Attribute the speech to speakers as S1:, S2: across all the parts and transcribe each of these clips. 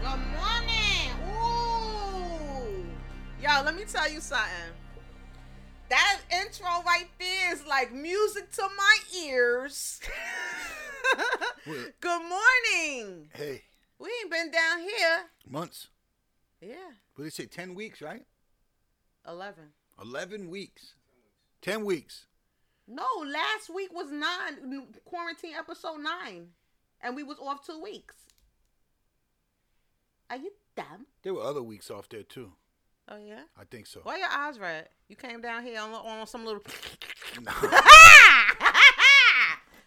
S1: Good morning. Ooh. Yo, let me tell you something. That intro right there is like music to my ears.
S2: What?
S1: Good morning.
S2: Hey,
S1: We ain't been down here.
S2: months.
S1: Yeah,
S2: What did they say? Ten weeks, right?
S1: 11.
S2: Eleven weeks. Ten weeks.
S1: No, last week was nine, quarantine episode nine, and we was off two weeks. Are you dumb?
S2: There were other weeks off there too.
S1: Oh, yeah?
S2: I think so.
S1: Why your eyes red? You came down here on, on some little.
S2: Nah,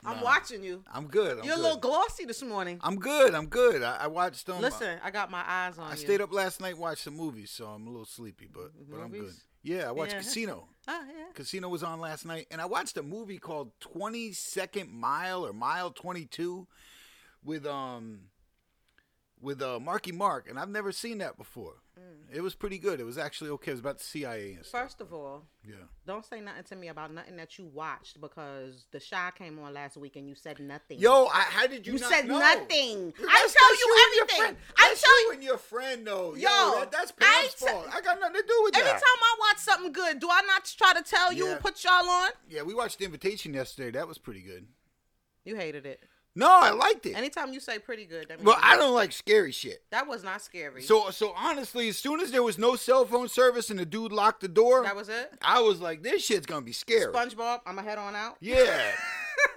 S1: I'm
S2: Nah.
S1: watching you.
S2: I'm good. I'm
S1: You're
S2: good.
S1: a little glossy this morning.
S2: I'm good. I'm good. I, I watched um.
S1: Listen, I got my eyes on
S2: I
S1: you.
S2: stayed up last night, watched some movies, so I'm a little sleepy, but but I'm good.
S1: Movies?
S2: Yeah, I watched
S1: Yeah.
S2: Casino.
S1: Oh yeah.
S2: Casino was on last night, and I watched a movie called Twenty Second Mile or Mile Twenty Two, with um, with uh Marky Mark, and I've never seen that before.
S1: Mm.
S2: It was pretty good. It was actually okay. It was about the CIA and stuff.
S1: First of all,
S2: Yeah.
S1: don't say nothing to me about nothing that you watched because the shy came on last week and you said nothing.
S2: Yo, I, how did you?
S1: you,
S2: not
S1: said
S2: know?
S1: nothing. I
S2: That's-
S1: tell
S2: that's
S1: you
S2: and your
S1: everything.
S2: friend.
S1: I
S2: That's
S1: tell
S2: you
S1: you.
S2: and your friend though. Yo,
S1: Yo,
S2: that, that's
S1: I
S2: Pam's
S1: t-
S2: fault. I got nothing to do with
S1: Every
S2: that.
S1: time I watch something good, do I not try to tell you,
S2: Yeah.
S1: put y'all on?
S2: yeah, we watched The Invitation yesterday. That was pretty good.
S1: You hated it.
S2: No, I liked it.
S1: Anytime you say pretty good, that means
S2: Well, I don't like scary shit.
S1: that was not scary.
S2: So so honestly, as soon as there was no cell phone service and the dude locked the door,
S1: that was it.
S2: I was like, this shit's gonna be scary.
S1: SpongeBob, I'ma head on out.
S2: yeah.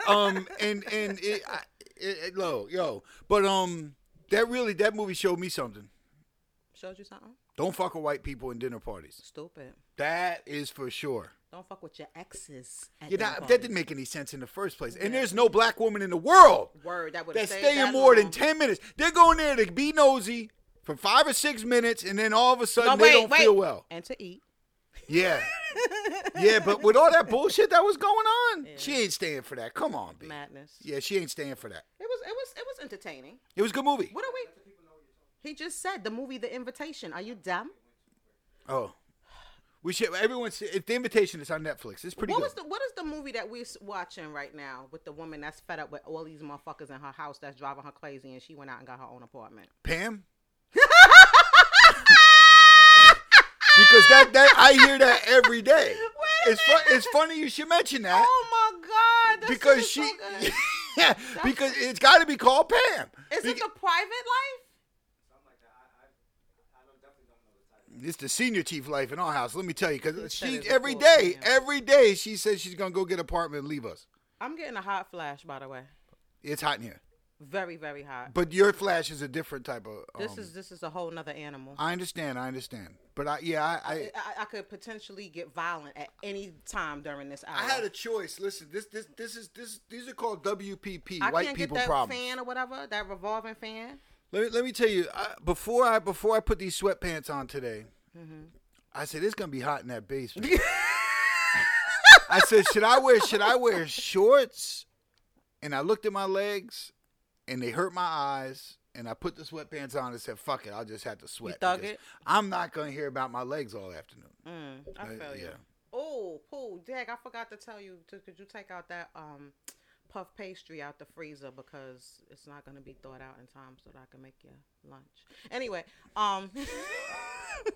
S2: um and and it, I, it, it low yo, but um that really that movie showed me something.
S1: Showed you something?
S2: Don't fuck with white people in dinner parties.
S1: Stupid.
S2: That is for sure.
S1: Don't fuck with your exes. at
S2: You
S1: them
S2: know, that
S1: parties.
S2: didn't make any sense in the first place. And there's no black woman in the world
S1: word that would
S2: that's staying more than 10 minutes. They're going there to be nosy for five or six minutes, and then all of a sudden they don't feel well.
S1: and to eat.
S2: Yeah. yeah, but with all that bullshit that was going on, she ain't staying for that. Come on, B.
S1: Madness.
S2: Yeah, she ain't staying for that.
S1: It was it was it was entertaining.
S2: It was a good movie.
S1: What are we? He just said the movie The Invitation. Are you dumb?
S2: Oh. We should everyone see if the invitation is on Netflix. It's pretty
S1: What
S2: good.
S1: was the what is the movie that we're s- watching right now with the woman that's fed up with all these motherfuckers in her house that's driving her crazy and she went out and got her own apartment.
S2: Pam? because that, that I hear that every day.
S1: Wait a
S2: It's fu- it's funny you should mention that
S1: Oh my god! That
S2: because
S1: shit
S2: she
S1: is so good.
S2: yeah, because it's got to be called Pam.
S1: is it
S2: Beca-
S1: the private life?
S2: It's the senior chief life in our house. Let me tell you,
S1: He said
S2: because she
S1: it's a
S2: every
S1: full
S2: day,
S1: Pam.
S2: every day she says she's gonna go get an apartment and leave us.
S1: I'm getting a hot flash, by the way.
S2: It's hot in here,
S1: Very very hot.
S2: but your flash is a different type of.
S1: This
S2: um,
S1: is this is a whole nother animal.
S2: I understand. I understand. But I yeah I. I
S1: I, I could potentially get violent at any time during this hour.
S2: I had a choice. Listen, this this this is this these are called WPP,
S1: I
S2: white
S1: can't
S2: people
S1: get that
S2: problems.
S1: fan or whatever, that revolving fan.
S2: Let me let me tell you I, before I before I put these sweatpants on today, I said it's gonna be hot in that basement. I said, should I wear should I wear shorts? And I looked at my legs, and they hurt my eyes. And I put the sweatpants on and said, "Fuck it, I'll just have to sweat."
S1: thug
S2: because
S1: it?
S2: I'm not gonna hear about my legs all afternoon.
S1: Mm, I
S2: Uh,
S1: feel you.
S2: yeah.
S1: Oh, Pooh, Dag, I forgot to tell you. to- Could you take out that um, puff pastry out the freezer because it's not going to be thawed out in time so that I can make your lunch. Anyway, um,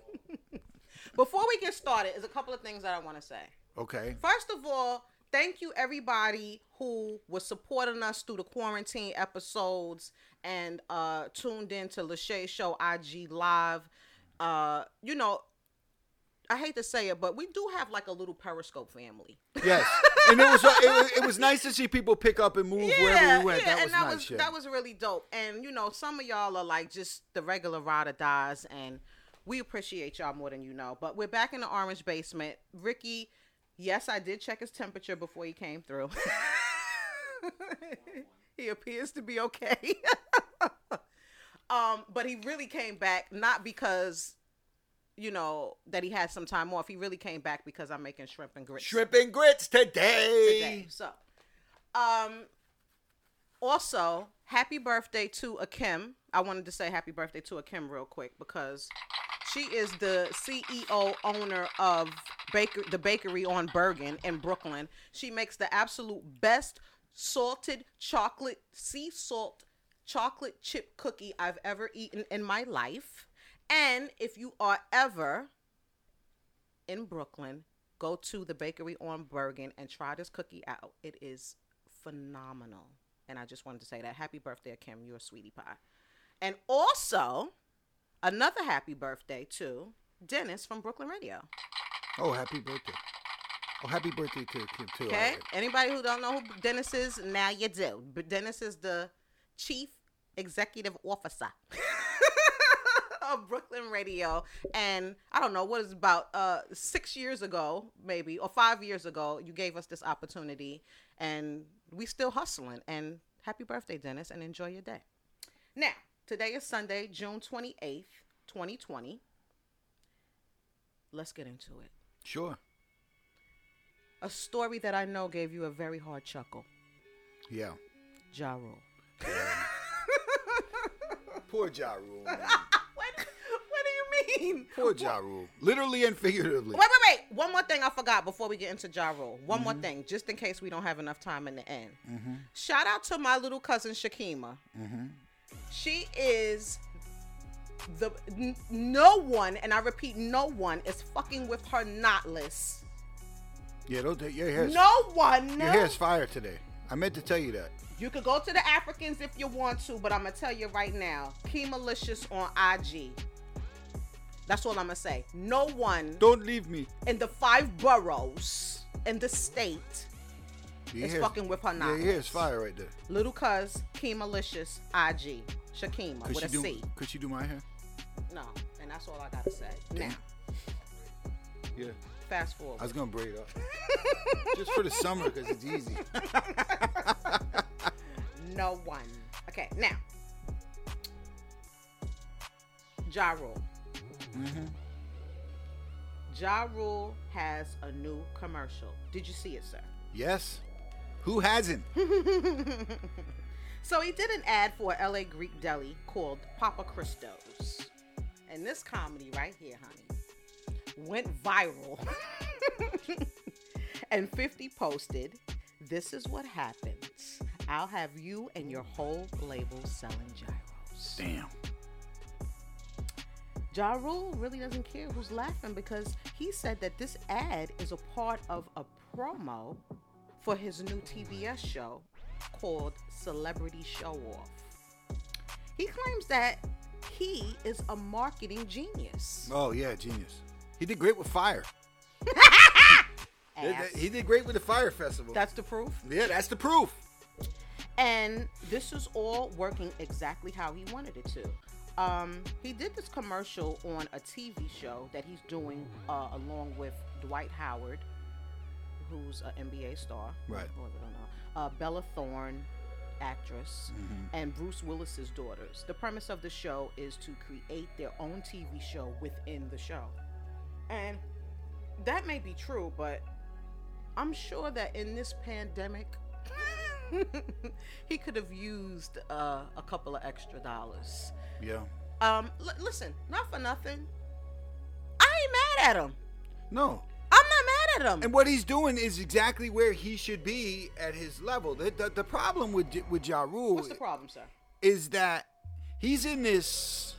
S1: before we get started, there's a couple of things that I want to say.
S2: Okay.
S1: First of all, thank you everybody who was supporting us through the quarantine episodes and uh tuned in to Lachey Show IG Live. Uh, you know, I hate to say it, but we do have like a little Periscope family.
S2: Yes. and it was, it was it was nice to see people pick up and move wherever we went. that was
S1: and that
S2: nice.
S1: was
S2: yeah.
S1: that was really dope. And you know, some of y'all are like just the regular ride or dies, and we appreciate y'all more than you know. But we're back in the orange basement. Ricky Yes, I did check his temperature before he came through. he appears to be okay. um, but he really came back not because you know that he had some time off. He really came back because I'm making shrimp and grits
S2: Shrimp and grits
S1: today.
S2: today.
S1: So, um, also happy birthday to Akim. I wanted to say happy birthday to Akim real quick because she is the CEO owner of baker the bakery on Bergen in Brooklyn. She makes the absolute best salted chocolate sea salt chocolate chip cookie I've ever eaten in my life. And if you are ever in Brooklyn, go to the bakery on Bergen and try this cookie out. It is phenomenal. And I just wanted to say that. Happy birthday, Kim. You're a sweetie pie. And also, another happy birthday to Dennis from Brooklyn Radio.
S2: Oh, happy birthday. Oh, happy birthday to uh, Kim too.
S1: Okay?
S2: alright.
S1: Anybody who don't know who Dennis is, now you do. But Dennis is the chief executive officer of Brooklyn Radio. And I don't know, what is about uh six years ago, maybe, or five years ago, you gave us this opportunity and we still hustling. And happy birthday, Dennis, and enjoy your day. Now, today is Sunday, June twenty eighth, twenty twenty. Let's get into it.
S2: Sure.
S1: A story that I know gave you a very hard chuckle.
S2: Yeah.
S1: Ja Rule.
S2: Poor Ja Rule. man.
S1: What, what do you mean?
S2: Poor Ja Rule. Literally and figuratively.
S1: Wait, wait, wait. One more thing I forgot before we get into Ja Rule. One more
S2: Mm-hmm.
S1: thing, just in case we don't have enough time in the end. Shout out to my little cousin Shakima.
S2: Mm-hmm.
S1: She is the n- no one, and I repeat, no one is fucking with her not list.
S2: Yeah, don't take your hair's
S1: No one.
S2: your hair's fire today. I meant to tell you that.
S1: You could go to the Africans if you want to, but I'm gonna tell you right now, Kemalicious on IG. That's all I'm gonna say. No one
S2: Don't leave me.
S1: in the five boroughs in the state,
S2: Your
S1: It's
S2: hair's-
S1: fucking with her
S2: Yeah,
S1: knowledge.
S2: your hair's fire right there.
S1: little cuz Kemalicious IG Shakima
S2: Could
S1: with
S2: she
S1: a C.
S2: do? Could she do my hair?
S1: No, and that's all I gotta say. Now,
S2: Yeah.
S1: fast
S2: I
S1: forward.
S2: was gonna braid up. Just for the summer, cause it's easy.
S1: No one. Okay, now. Ja Rule.
S2: Mm-hmm.
S1: Ja Rule has a new commercial. Did you see it, sir?
S2: Yes. Who hasn't?
S1: So he did an ad for a LA Greek deli called Papa Christos. And this comedy right here, honey, went viral. and 50 posted, This is what happens. I'll have you and your whole label selling gyros.
S2: Damn.
S1: Ja Rule really doesn't care who's laughing because he said that this ad is a part of a promo for his new TBS show called Celebrity Show Off. He claims that he is a marketing genius.
S2: Oh yeah, genius. He did great with fire.
S1: Ass.
S2: He did great with the fire festival.
S1: That's the proof.
S2: yeah, that's the proof.
S1: And this is all working exactly how he wanted it to. Um, he did this commercial on a TV show that he's doing uh, along with Dwight Howard, who's an NBA star.
S2: Right.
S1: Or I don't know. Uh, Bella Thorne, actress, and Bruce Willis's daughters. The premise of the show is to create their own TV show within the show. And that may be true, but I'm sure that in this pandemic, he could have used uh, a couple of extra dollars.
S2: Yeah.
S1: Um, l- listen, not for nothing. I ain't mad at him.
S2: No.
S1: I'm not mad at him.
S2: And what he's doing is exactly where he should be at his level. The, the, the problem with J- with Ja Rule
S1: What's the problem, sir?
S2: is that he's in this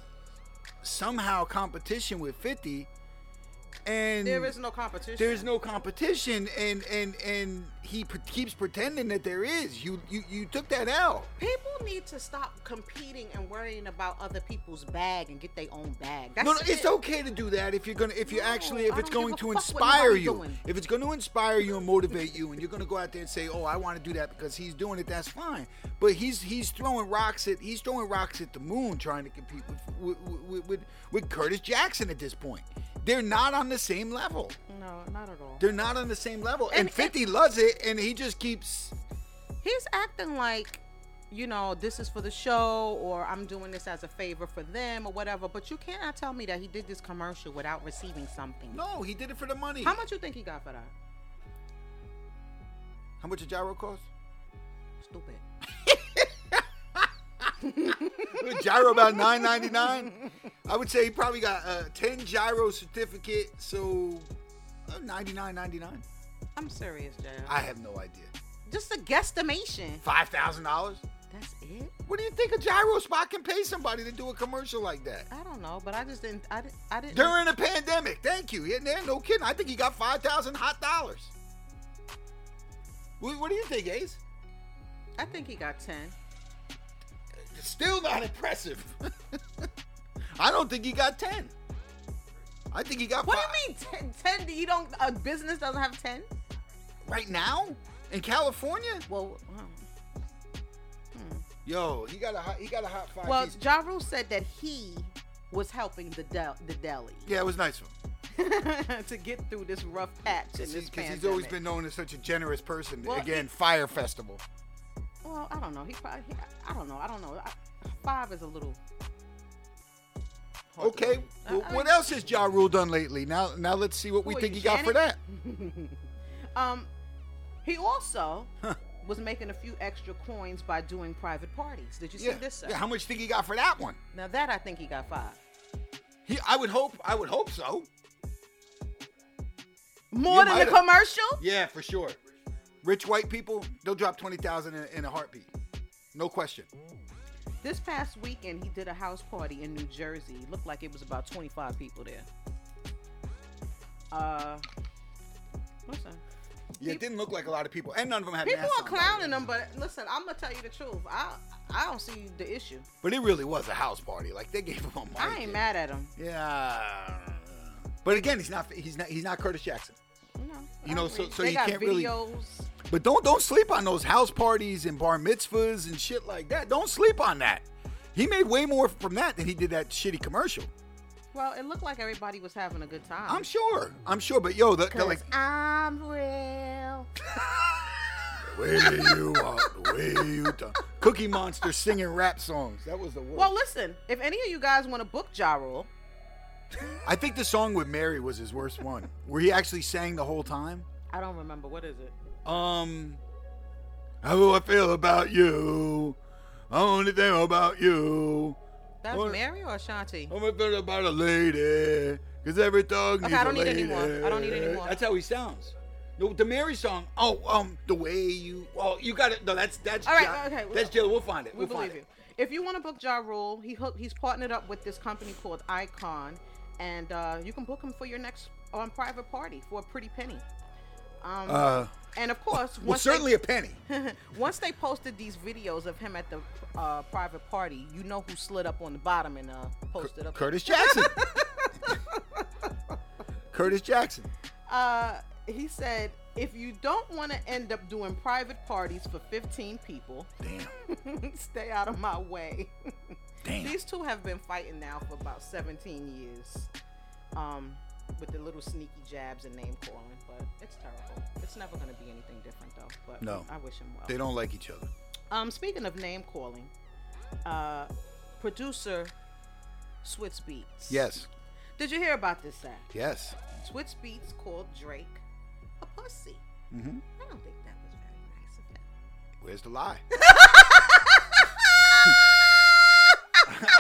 S2: somehow competition with 50 and
S1: There is no competition.
S2: there's no competition and and and he pre- keeps pretending that there is you you you took that out
S1: People need to stop competing and worrying about other people's bag and get their own bag. That's
S2: no, no,
S1: it.
S2: it's okay to do that if you're gonna if you
S1: No,
S2: actually
S1: I
S2: if
S1: don't
S2: it's
S1: give
S2: going
S1: a
S2: to
S1: fuck what
S2: inspire
S1: nobody's
S2: you
S1: doing.
S2: if it's going to inspire you and motivate you and you're gonna go out there and say oh I want to do that because he's doing it that's fine but he's he's throwing rocks at he's throwing rocks at the moon trying to compete with with with, with, with Curtis Jackson at this point they're not on the the same level.
S1: No, not at all.
S2: They're not on the same level. And,
S1: And-
S2: 50 loves it, and he just keeps.
S1: He's acting like, you know, this is for the show or I'm doing this as a favor for them or whatever. But you cannot tell me that he did this commercial without receiving something.
S2: No, he did it for the money.
S1: How much you think he got for that?
S2: How much a gyro cost?
S1: Stupid.
S2: gyro about nine ninety nine. I would say he probably got a ten gyro certificate, so ninety nine ninety nine.
S1: I'm serious, Jay.
S2: I have no idea.
S1: Just a guesstimation.
S2: Five thousand dollars.
S1: That's it.
S2: What do you think a gyro spot can pay somebody to do a commercial like that
S1: I don't know, but I just didn't. I, didn't- I didn't.
S2: during a pandemic? Thank you. Yeah, man, no kidding. I think he got five thousand hot dollars. What, what do you think, Ace?
S1: I think he got ten.
S2: Still not impressive. I don't think he got ten. I think he got.
S1: What
S2: five.
S1: do you mean ten? Ten? You don't. A business doesn't have ten.
S2: Right now in California?
S1: Well, wow.
S2: Yo, he got a hot, he got a hot five.
S1: well,
S2: piece.
S1: Ja Rule said that he was helping the del- the deli
S2: yeah, it was nice of him
S1: to get through this rough patch in this
S2: because
S1: pandemic.
S2: he's always been known as such a generous person.
S1: Well,
S2: Again, fire festival.
S1: Well, I don't know. He probably. He, I don't know. I don't know. I, five is a little. hard to
S2: Okay,
S1: believe. I-
S2: well,
S1: Uh, I-
S2: what else has Ja Rule done lately? Now, now let's see what we
S1: Who are
S2: think
S1: you,
S2: he got for that.
S1: Janet? Um, he also was making a few extra coins by doing private parties. Did you see
S2: Yeah.
S1: this? Sir?
S2: yeah, how much think he got for that one?
S1: Now that I think he got five.
S2: He, I would hope, I would hope so.
S1: More than the
S2: might've-
S1: commercial?
S2: Yeah, for sure. Rich white people, they'll drop twenty thousand in, in a heartbeat, no question.
S1: This past weekend, he did a house party in New Jersey. It looked like it was about 25 people there. Uh, listen.
S2: Yeah, it didn't look like a lot of people, and none of them had.
S1: People
S2: masks
S1: are
S2: on, by the way.
S1: clowning him, but listen, I'm gonna tell you the truth. I I don't see the issue.
S2: But it really was a house party. Like they gave him a mic.
S1: I ain't
S2: and-
S1: mad at him.
S2: Yeah. But again, he's not he's not he's not Curtis Jackson.
S1: No,
S2: You
S1: I
S2: know, so-
S1: agree.
S2: so
S1: they
S2: you
S1: got
S2: can't really-
S1: videos.
S2: But don't don't sleep on those house parties and bar mitzvahs and shit like that. Don't sleep on that. He made way more from that than he did that shitty commercial.
S1: Well, it looked like everybody was having a good time.
S2: I'm sure. I'm sure. But yo, the, the like
S1: I'm real.
S2: the way you are, the way you talk. Cookie Monster singing rap songs. That was the worst.
S1: Well, listen, if any of you guys want to book Ja Rule,
S2: I think the song with Mary was his worst one, where he actually sang the whole time.
S1: I don't remember what is it.
S2: Um, how do I feel about you? Only thing about you.
S1: That's
S2: Or-
S1: Mary or Ashanti?
S2: I'm gonna feel about a lady. Cause every dog needs
S1: Okay, I
S2: a
S1: don't need
S2: lady.
S1: any more. I don't need any more.
S2: That's how he sounds. No, the Mary song. Oh, um, the way you. Oh, you got it. No, that's that's.
S1: All right,
S2: Ja-
S1: okay, we-
S2: That's Jill. We'll find it.
S1: We
S2: We'll find
S1: believe you.
S2: it.
S1: If you want to book Ja Rule, he hook, he's partnered up with this company called Icon, and uh, you can book him for your next um, private party for a pretty penny. Um,
S2: Uh,
S1: and of course,
S2: well,
S1: once
S2: certainly a penny.
S1: they, once they posted these videos of him at the uh, private party, you know who slid up on the bottom and uh, posted up.
S2: Curtis Jackson. Curtis Jackson.
S1: uh, he said, if you don't want to end up doing private parties for 15 people,
S2: Damn.
S1: stay out of my way.
S2: Damn.
S1: These two have been fighting now for about 17 years um, with the little sneaky jabs and name calling, but it's terrible. It's never going to be anything different, though. But
S2: No.
S1: I wish him well.
S2: They don't like each other.
S1: Um, speaking of name calling, uh, producer Switz Beats.
S2: Yes.
S1: Did you hear about this, Zach?
S2: Yes.
S1: Switz Beats called Drake a pussy.
S2: Mm-hmm.
S1: I don't think that was very nice of him.
S2: Where's the lie?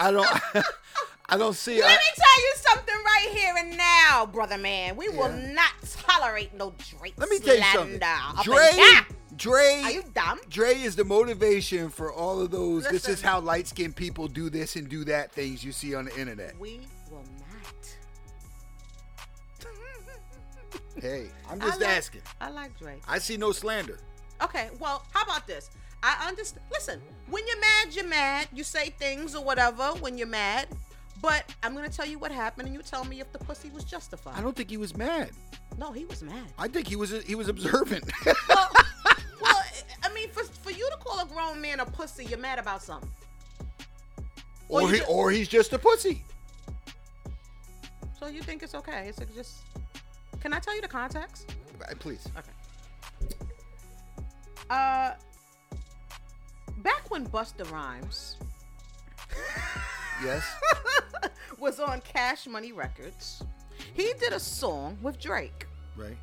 S2: I don't. I don't see. uh,
S1: Let
S2: I,
S1: me tell you something right here and now, brother man. We will
S2: Yeah.
S1: not tolerate no Drake
S2: let me tell you
S1: slander
S2: something.
S1: up and
S2: Dre,
S1: down. Are
S2: Dre,
S1: you dumb?
S2: Dre is the motivation for all of those. This is
S1: Listen.
S2: how light skinned people do this and do that things you see on the internet.
S1: We will not.
S2: Hey, I'm
S1: I
S2: just
S1: like-
S2: asking.
S1: I like Drake.
S2: I see no slander.
S1: Okay, well, how about this? I understand. Listen, when you're mad, you're mad. You say things or whatever when you're mad. But I'm gonna tell you what happened, and you tell me if the pussy was justified.
S2: I don't think he was mad.
S1: No, he was mad.
S2: I think he was he was observant.
S1: well, well, I mean, for, for you to call a grown man a pussy, you're mad about something. Or
S2: or
S1: you
S2: he
S1: ju-
S2: or he's just a pussy.
S1: So you think it's okay? It's just Can I tell you the context?
S2: Uh, Please.
S1: Uh, back when Busta Rhymes
S2: Yes.
S1: was on Cash Money Records, he did a song with Drake.
S2: Right.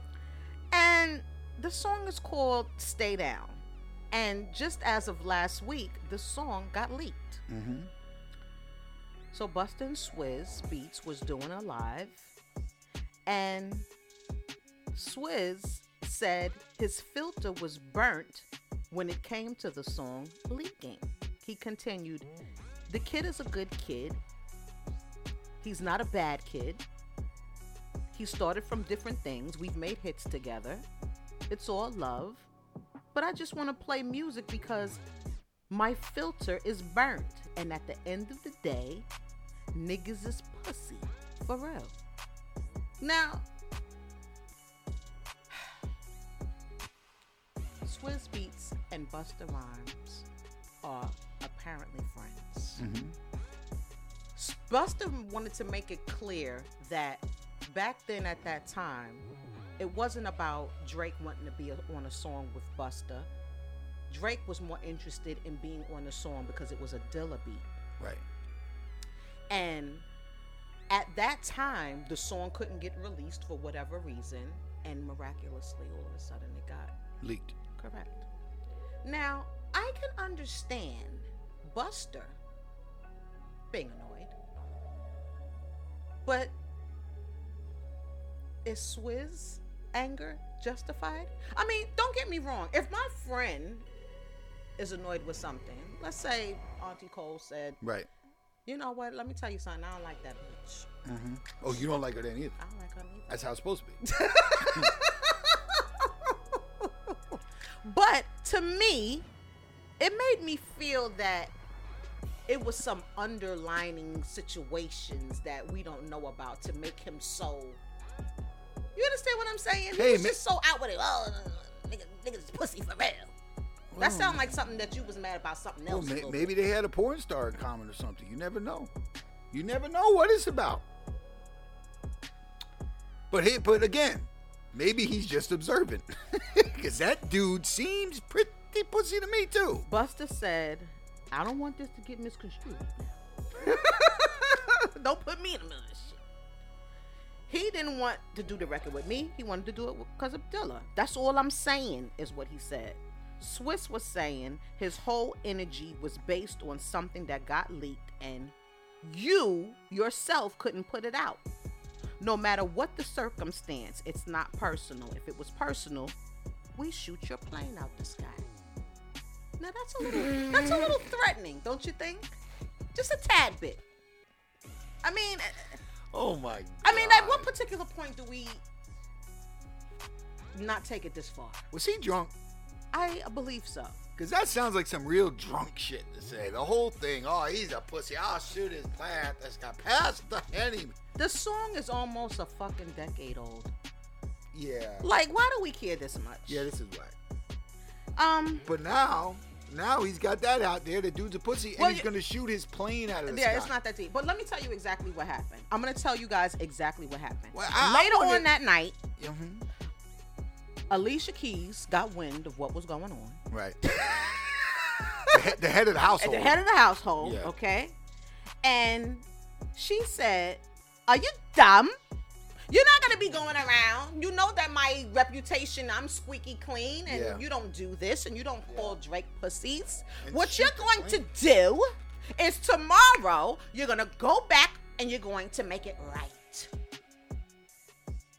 S1: And the song is called Stay Down. And just as of last week, the song got leaked.
S2: Mm-hmm.
S1: So Busta and Swizz Beats was doing a live, and Swizz said his filter was burnt when it came to the song leaking. He continued, The kid is a good kid. He's not a bad kid. He started from different things. We've made hits together. It's all love. But I just want to play music because my filter is burnt, and at the end of the day, niggas is pussy for real. Now, Swizz Beats and Busta Rhymes are apparently friends.
S2: Mm-hmm.
S1: S- Busta wanted to make it clear that back then at that time, it wasn't about Drake wanting to be on a song with Busta. Drake was more interested in being on the song because it was a Dilla beat.
S2: Right.
S1: And at that time, the song couldn't get released for whatever reason. And miraculously, all of a sudden, it got
S2: Leaked.
S1: Correct. Now, I can understand Buster being annoyed. But is Swizz anger justified? I mean, don't get me wrong. If my friend is annoyed with something, let's say Auntie Cole said,
S2: Right.
S1: you know what, let me tell you something, I don't like that bitch.
S2: Mm-hmm. Oh, you don't like her then either.
S1: I don't like her either.
S2: That's how it's supposed to be.
S1: But to me, it made me feel that it was some underlining situations that we don't know about to make him so. You understand what I'm saying?
S2: Hey,
S1: he was
S2: ma-
S1: just so out with it. Oh, nigga, niggas is pussy for real. That sounds like something that you was mad about something
S2: Well,
S1: else. a
S2: may-
S1: little
S2: maybe they had a porn star in common or something. You never know. You never know what it's about. But he, but again, maybe he's just observant, because that dude seems pretty pussy to me too.
S1: Buster said, I don't want this to get misconstrued. don't put me in the middle of this shit. He didn't want to do the record with me. He wanted to do it because of Dilla. That's all I'm saying, is what he said. Swiss was saying his whole energy was based on something that got leaked, and you yourself couldn't put it out. No matter what the circumstance, it's not personal. If it was personal, we shoot your plane out the sky. Now that's a little that's a little threatening, don't you think? Just a tad bit. I mean,
S2: Oh my!
S1: I mean, at what particular point do we not take it this far?
S2: was he drunk?
S1: I believe so.
S2: Because that sounds like some real drunk shit to say. The whole thing. Oh, he's a pussy. I'll shoot his plant. That's got past the enemy.
S1: The song is almost a fucking decade old.
S2: Yeah.
S1: Like, why do we care this much?
S2: Yeah, this is whack.
S1: Um.
S2: But now, now he's got that out there. The dude's a pussy, and
S1: Well,
S2: he's
S1: you-
S2: gonna shoot his plane out of the
S1: Yeah,
S2: sky.
S1: it's not that deep. But let me tell you exactly what happened. I'm gonna tell you guys exactly what happened.
S2: Well, I- I
S1: Later
S2: wanna-
S1: on that night,
S2: Mhm.
S1: Alicia Keys got wind of what was going on.
S2: Right. the, he- the head of the
S1: at
S2: household.
S1: the head of the household,
S2: Yeah.
S1: okay? And she said, Are you dumb? You're not gonna be going around. You know that my reputation, I'm squeaky clean, and
S2: Yeah.
S1: you don't do this, and you don't call Drake pussies.
S2: And
S1: what
S2: she
S1: you're going to
S2: complained.
S1: do is tomorrow, you're gonna go back and you're going to make it right.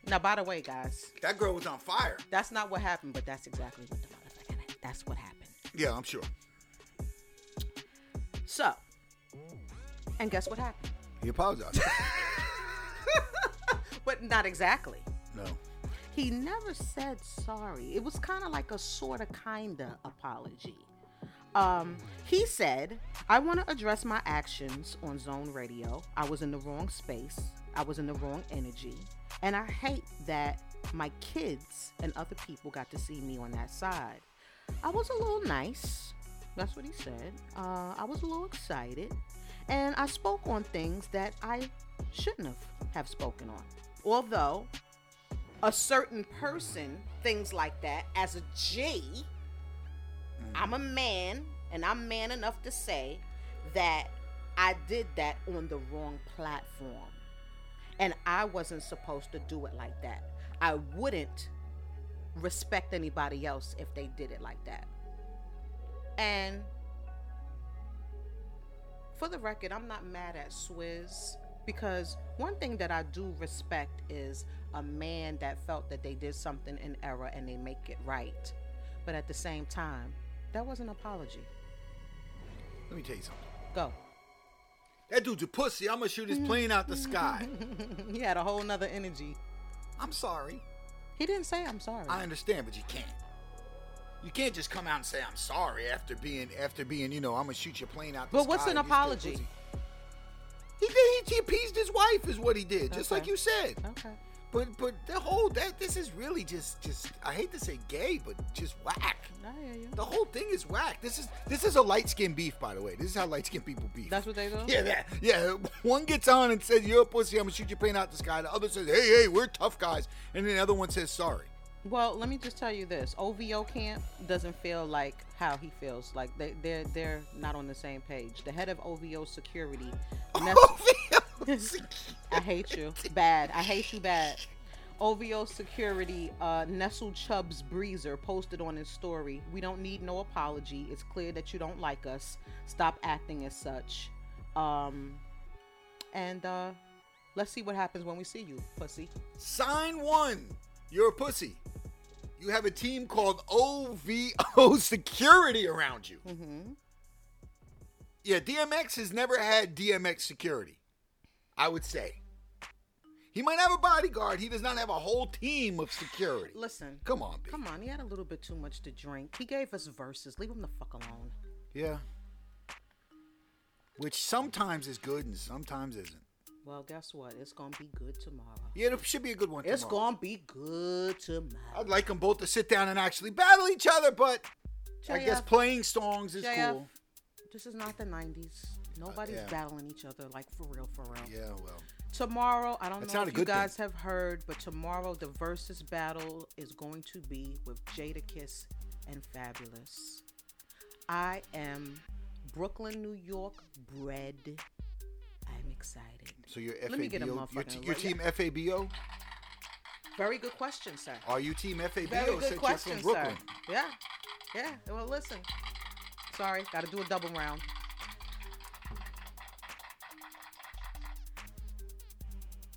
S1: Now, by the way, guys,
S2: that girl was on fire.
S1: that's not what happened, but that's exactly what the motherfucker That's what happened.
S2: Yeah, I'm sure.
S1: So, and guess what happened?
S2: He apologized.
S1: but not exactly.
S2: no.
S1: He never said sorry. It was kind of like a sort of kinda apology. Um, he said, I want to address my actions on Zone Radio. I was in the wrong space, I was in the wrong energy, and I hate that my kids and other people got to see me on that side. I was a little nice. That's what he said. Uh, I was a little excited, and I spoke on things that I shouldn't have, have spoken on. Although a certain person, things like that. As a G, I'm a man, and I'm man enough to say that I did that on the wrong platform. And I wasn't supposed to do it like that. I wouldn't respect anybody else if they did it like that. And for the record, I'm not mad at Swizz because one thing that I do respect is a man that felt that they did something in error and they make it right. But at the same time, that was an apology.
S2: Let me tell you something.
S1: Go.
S2: That dude's a pussy. I'm gonna shoot his plane out the sky.
S1: he had a whole nother energy.
S2: I'm sorry.
S1: He didn't say I'm sorry.
S2: I understand, but you can't. You can't just come out and say I'm sorry after being after being you know I'm gonna shoot your plane out. The
S1: But what's
S2: sky
S1: an
S2: if you still
S1: apology?
S2: pussy." He did. He, he appeased his wife, is what he did, just
S1: Okay.
S2: like you said.
S1: okay.
S2: But but the whole that this is really just just I hate to say gay, but just whack.
S1: I hear you.
S2: The whole thing is whack. This is this is a light skinned beef, by the way. This is how light skinned people beef.
S1: That's what they do?
S2: Yeah, that, yeah. One gets on and says, "You're a pussy. I'm gonna shoot your plane out the sky." The other says, "Hey, hey, we're tough guys," and then the other one says, "Sorry."
S1: Well, let me just tell you this: OVO camp doesn't feel like how he feels. Like they, they're they're not on the same page. The head of OVO security. nec-
S2: Oh,
S1: I hate you bad. I hate you bad. OVO security, uh, Nestle Chubbs Breezer posted on his story. We don't need no apology. It's clear that you don't like us. Stop acting as such. Um, and uh, let's see what happens when we see you, pussy.
S2: Sign one. You're a pussy. You have a team called OVO Security around you.
S1: Mhm.
S2: Yeah, DMX has never had DMX security, I would say. He might have a bodyguard, he does not have a whole team of security.
S1: Listen,
S2: Come on, B.
S1: Come on, he had a little bit too much to drink. He gave us verses. Leave him the fuck alone.
S2: Yeah. Which sometimes is good and sometimes isn't.
S1: Well, guess what? It's gonna be good tomorrow.
S2: Yeah, it should be a good one.
S1: It's
S2: tomorrow.
S1: gonna be good tomorrow.
S2: I'd like them both to sit down and actually battle each other, but I
S1: JF,
S2: guess playing songs is
S1: JF.
S2: cool. Uh,
S1: this is not the '90s. Nobody's
S2: yeah.
S1: battling each other like for real, for real.
S2: Yeah, well.
S1: Tomorrow, I don't
S2: That's
S1: know
S2: not
S1: if
S2: a
S1: you
S2: good thing.
S1: guys have heard, but tomorrow the versus battle is going to be with Jada Kiss and Fabulous. I am Brooklyn, New York bred. I'm excited.
S2: So you're FABO.
S1: Let me get a
S2: your,
S1: motherfucking
S2: your
S1: right-
S2: team FABO?
S1: Very good question, sir.
S2: Are you team FABO
S1: Very
S2: since
S1: good
S2: you're
S1: question,
S2: from
S1: sir.
S2: Brooklyn?
S1: Yeah, yeah. Well, listen. Sorry, got to do a double round.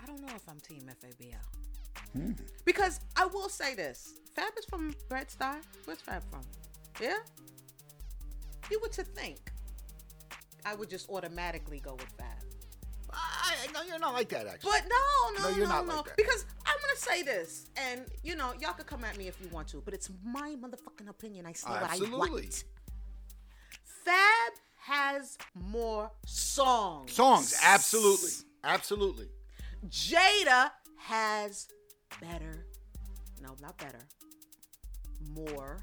S1: I don't know if I'm Team FABL because I will say this: Fab is from Brett Star. Where's Fab from? Yeah. You were to think I would just automatically go with Fab.
S2: I, I- no, you're not like that, actually.
S1: But no, no,
S2: No,
S1: no,
S2: you're
S1: no.
S2: not like that.
S1: because I'm gonna say this, and you know, y'all can come at me if you want to, but it's my motherfucking opinion. I say what I
S2: Absolutely.
S1: want. Fab has more songs.
S2: Songs, absolutely. Absolutely.
S1: Jada has better, no, not better, more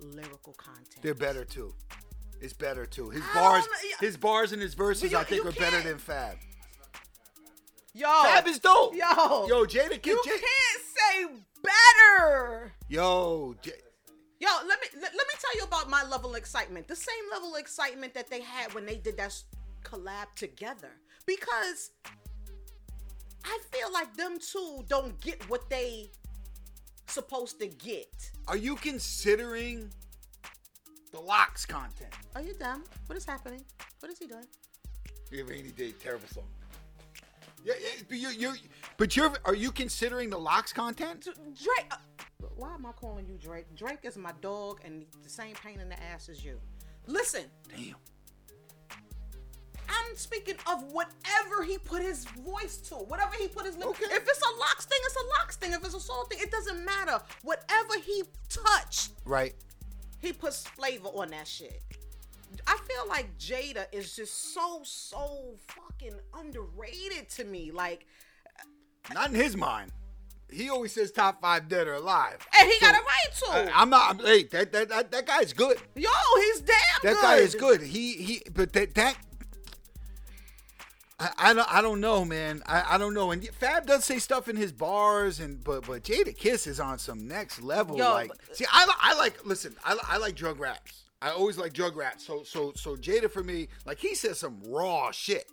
S1: lyrical content.
S2: They're better, too. It's better, too. His
S1: I
S2: bars
S1: don't know, y-
S2: his bars and his verses,
S1: You-
S2: I think,
S1: you
S2: are better
S1: can't-
S2: than Fab.
S1: yo,
S2: Fab is dope.
S1: yo,
S2: Yo, Jada Kid.
S1: you
S2: J-
S1: can't say better.
S2: Yo, J-
S1: Yo, let me let, let me tell you about my level of excitement. The same level of excitement that they had when they did that s- collab together. Because I feel like them two don't get what they supposed to get.
S2: are you considering the locks content?
S1: Are you dumb? What is happening? What is he doing?
S2: We have rainy day terrible song. Yeah, yeah, but you're, you're, but you're, are you considering the locks content?
S1: D- Drake. uh, why am I calling you Drake? Drake is my dog and the same pain in the ass as you. Listen,
S2: Damn.
S1: I'm speaking of whatever he put his voice to, whatever he put his lips.
S2: Okay.
S1: If it's a locks thing, it's a locks thing. If it's a soul thing, it doesn't matter. Whatever he touched,
S2: Right.
S1: he puts flavor on that shit. I feel like Jada is just so so fucking underrated to me. Like,
S2: Not in his mind. He always says top five dead or alive.
S1: and he got
S2: So,
S1: a right to.
S2: I, am not. I'm, hey, that, that that that guy's good.
S1: Yo, he's damn
S2: That
S1: good.
S2: guy is good. He he. But that that. I, I don't I don't know, man. I, I don't know. And Fab does say stuff in his bars, and but but Jada Kiss is on some next level.
S1: Yo,
S2: like,
S1: but-
S2: see, I, li- I like listen. I, li- I like drug raps. I always like drug raps. So so so Jada for me, like he says some raw shit,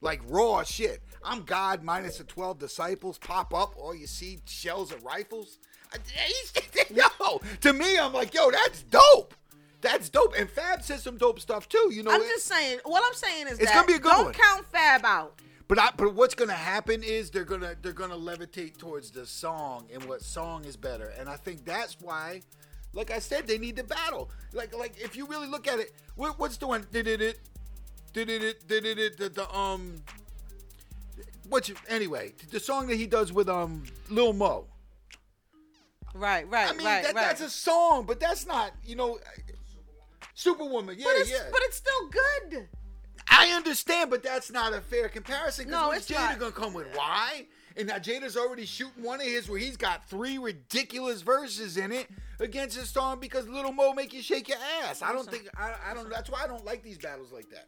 S2: like raw shit. I'm God minus the twelve disciples. Pop up, all you see shells and rifles. I- he's- yo, to me, I'm like, yo, that's dope. That's dope. And Fab says some dope stuff too. You know,
S1: I'm
S2: it-
S1: just saying. What I'm saying is
S2: It's
S1: that
S2: gonna be a good
S1: don't
S2: one.
S1: count Fab out.
S2: But I, but what's gonna happen is they're gonna they're gonna levitate towards the song and what song is better, and I think that's why, like I said, they need to battle. Like like if you really look at it, what, what's the one did it it did it it did it it the, the um what's your- anyway the song that he does with um Lil Mo.
S1: Right, right,
S2: I mean
S1: right,
S2: that,
S1: right.
S2: that's a song, but that's not you know. Superwoman, yeah,
S1: but it's
S2: yeah.
S1: but it's still good.
S2: I understand, but that's not a fair comparison. Because
S1: No,
S2: what's
S1: it's
S2: Jada
S1: not.
S2: gonna come with? Why? And now Jada's already shooting one of his where he's got three ridiculous verses in it against his song because Little Mo make you shake your ass. I don't think I, I don't. That's why I don't like these battles like that.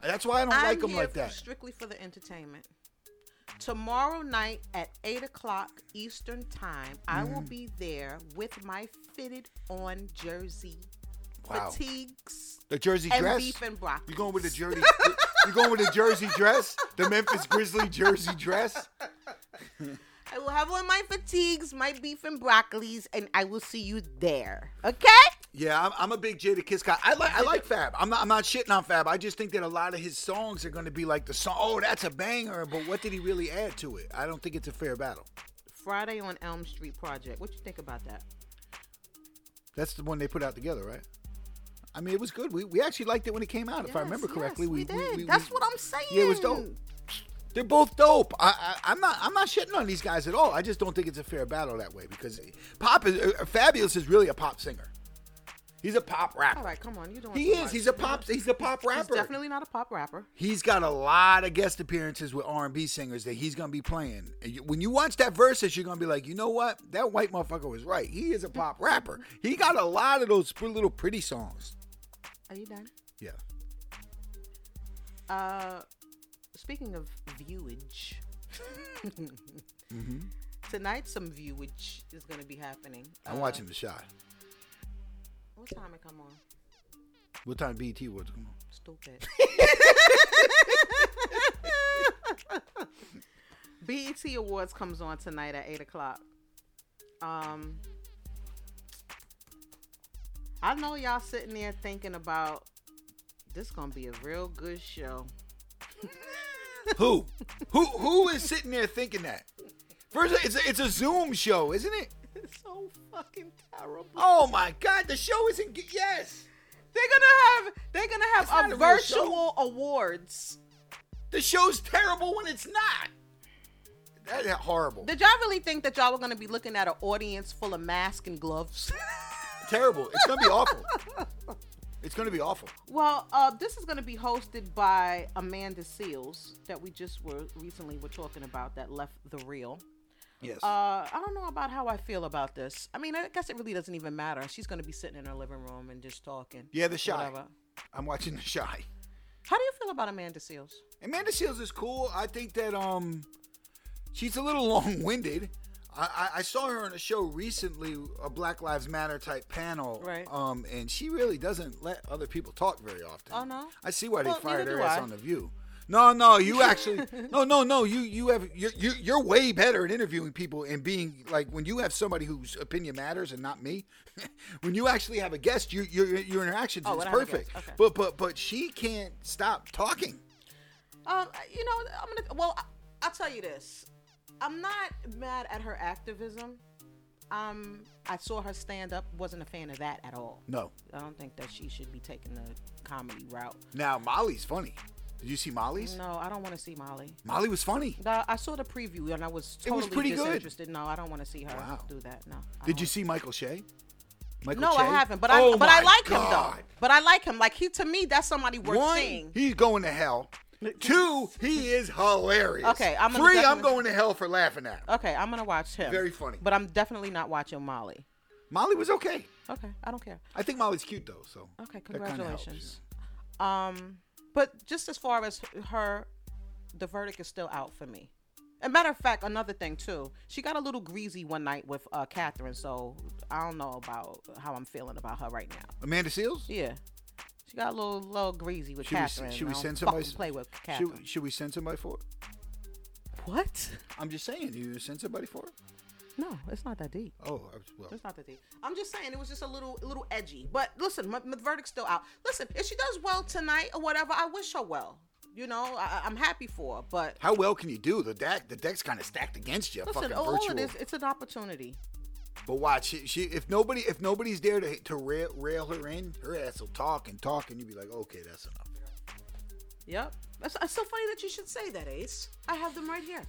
S2: That's why I don't
S1: I'm
S2: like them
S1: here
S2: like
S1: for-
S2: that.
S1: Strictly for the entertainment. Tomorrow night at eight o'clock Eastern time, I
S2: Mm.
S1: will be there with my fitted on jersey,
S2: Wow,
S1: fatigues,
S2: the jersey
S1: and
S2: dress.
S1: beef and broccoli.
S2: you going with the jersey? you going with the jersey dress? The Memphis Grizzly jersey dress?
S1: I will have on my fatigues, my beef and broccolis, and I will see you there. Okay?
S2: Yeah, I'm, I'm a big Jada Kiss guy. I like I like Fab. I'm not I'm not shitting on Fab. I just think that a lot of his songs are going to be like the song. Oh, that's a banger, but what did he really add to it? I don't think it's a fair battle.
S1: Friday on Elm Street Project. What you think about that?
S2: That's the one they put out together, right? I mean, it was good. We, we actually liked it when it came out, if I
S1: Yes,
S2: remember
S1: yes,
S2: correctly.
S1: we, did. That's what I'm saying.
S2: Yeah, it was dope. They're both dope. I, I I'm not I'm not shitting on these guys at all. I just don't think it's a fair battle that way because pop is uh, Fabulous is really a pop singer. He's a pop rapper.
S1: All right, come on. You doing?
S2: He
S1: too
S2: is.
S1: much.
S2: He's a pop. He's a pop rapper.
S1: He's definitely not a pop rapper.
S2: He's got a lot of guest appearances with R&B singers that he's gonna be playing. And you- When you watch that versus, you're gonna be like, you know what? That white motherfucker was right. He is a pop rapper. He got a lot of those pr- little pretty songs.
S1: Are you done?
S2: Yeah.
S1: Uh, speaking of viewage, Mm-hmm. tonight some viewage is going to be happening.
S2: I'm
S1: Uh,
S2: watching the shot.
S1: What time it come on?
S2: What time BT was come on?
S1: Stupid. BET E Awards comes on tonight at eight o'clock. Um, I know y'all sitting there thinking about this. Gonna be a real good show.
S2: Who? who who is sitting there thinking that? First it's a, it's a Zoom show, isn't it?
S1: It's so fucking terrible.
S2: Oh my god, the show isn't ge- yes.
S1: They're gonna have they're gonna
S2: It's not
S1: have
S2: a
S1: a
S2: real
S1: virtual awards.
S2: The show's terrible when it's not. That, that horrible.
S1: Did y'all really think that y'all were gonna be looking at an audience full of masks and gloves?
S2: terrible. It's gonna be awful. It's gonna be awful.
S1: well, uh, this is gonna be hosted by Amanda Seals that we just were recently were talking about that left the real.
S2: Yes.
S1: Uh, I don't know about how I feel about this. I mean, I guess it really doesn't even matter. She's gonna be sitting in her living room and just talking.
S2: yeah, the shy.
S1: Whatever.
S2: I'm watching the shy.
S1: How do you feel about Amanda Seals?
S2: Amanda Seals is cool. I think that um, she's a little long-winded. I, I, I saw her on a show recently, a Black Lives Matter type panel.
S1: Right.
S2: Um, and she really doesn't let other people talk very often.
S1: Oh, no?
S2: I see why
S1: Well,
S2: they fired
S1: neither
S2: her
S1: do
S2: ass
S1: I.
S2: on the View. No, no, you actually no, no, no. You you have you're, you you're way better at interviewing people and being like when you have somebody whose opinion matters and not me. when you actually have a guest, you your your interactions
S1: Oh,
S2: is
S1: when I have a
S2: perfect.
S1: guest, okay.
S2: But but but she can't stop talking.
S1: Um, you know, I'm gonna. Well, I, I'll tell you this. I'm not mad at her activism. Um, I saw her stand up. wasn't a fan of that at all.
S2: No.
S1: I don't think that she should be taking the comedy route.
S2: Now Molly's funny. Did you see Molly's?
S1: No, I don't want to see Molly.
S2: Molly was funny.
S1: The, I saw the preview and I was
S2: It
S1: totally
S2: was pretty good.
S1: disinterested. No, I don't want to see her
S2: Wow.
S1: do that. No. I
S2: Did
S1: don't.
S2: you see Michael Shea? Michael
S1: No, I
S2: Che?
S1: haven't. But
S2: Oh
S1: I but I
S2: my
S1: like him
S2: God.
S1: though. But I like him. Like he to me, that's somebody worth
S2: One,
S1: seeing.
S2: he's going to hell. Two, he is hilarious.
S1: Okay, I'm gonna
S2: three. I'm
S1: definitely-
S2: going to hell for laughing at him.
S1: Okay, I'm gonna watch him.
S2: Very funny.
S1: But I'm definitely not watching Molly.
S2: Molly was okay.
S1: Okay, I don't care.
S2: I think Molly's cute though. So
S1: Okay,
S2: that kinda helps,
S1: congratulations. Um, but just as far as her the verdict is still out for me. A matter of fact, another thing too, she got a little greasy one night with uh, Catherine, so I don't know about how I'm feeling about her right now.
S2: Amanda Seals?
S1: Yeah, she got a little little greasy with
S2: Should we s-
S1: Catherine.
S2: should we
S1: I don't
S2: send somebody
S1: fucking
S2: s-
S1: play with Catherine?
S2: Should, should we send somebody for it?
S1: What?
S2: I'm just saying, you send somebody for it?
S1: No, it's not that deep.
S2: Oh, I was- well,
S1: It's not that deep. I'm just saying it was just a little, a little edgy. But listen, my, my verdict's still out. Listen, if she does well tonight or whatever, I wish her well. You know, I, I- I'm happy for her. But
S2: how well can you do? The deck, the deck's kind of stacked against you.
S1: listen,
S2: fucking
S1: all
S2: virtual.
S1: it is, it's an opportunity.
S2: But watch, she, she if nobody if nobody's there to to rail, rail her in, her ass will talk and talk, and you be like, okay, that's enough.
S1: Yep. That's, it's so funny that you should say that, Ace. I have them right here.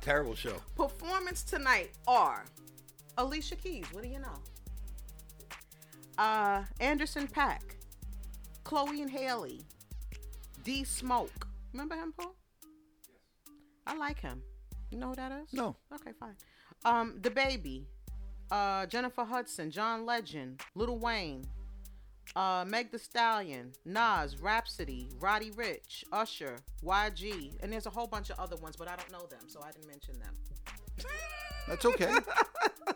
S2: Terrible show.
S1: Performance tonight are Alicia Keys. What do you know? Uh, Anderson Pack, Chloe and Haley, D Smoke. Remember him, Paul? I like him. You know who that is?
S2: No.
S1: Okay, fine. Um, the baby, uh, Jennifer Hudson, John Legend, Little Wayne, uh, Meg The Stallion, Nas, Rhapsody, Roddy Rich, Usher, YG, and there's a whole bunch of other ones, but I don't know them, so I didn't mention them.
S2: That's okay.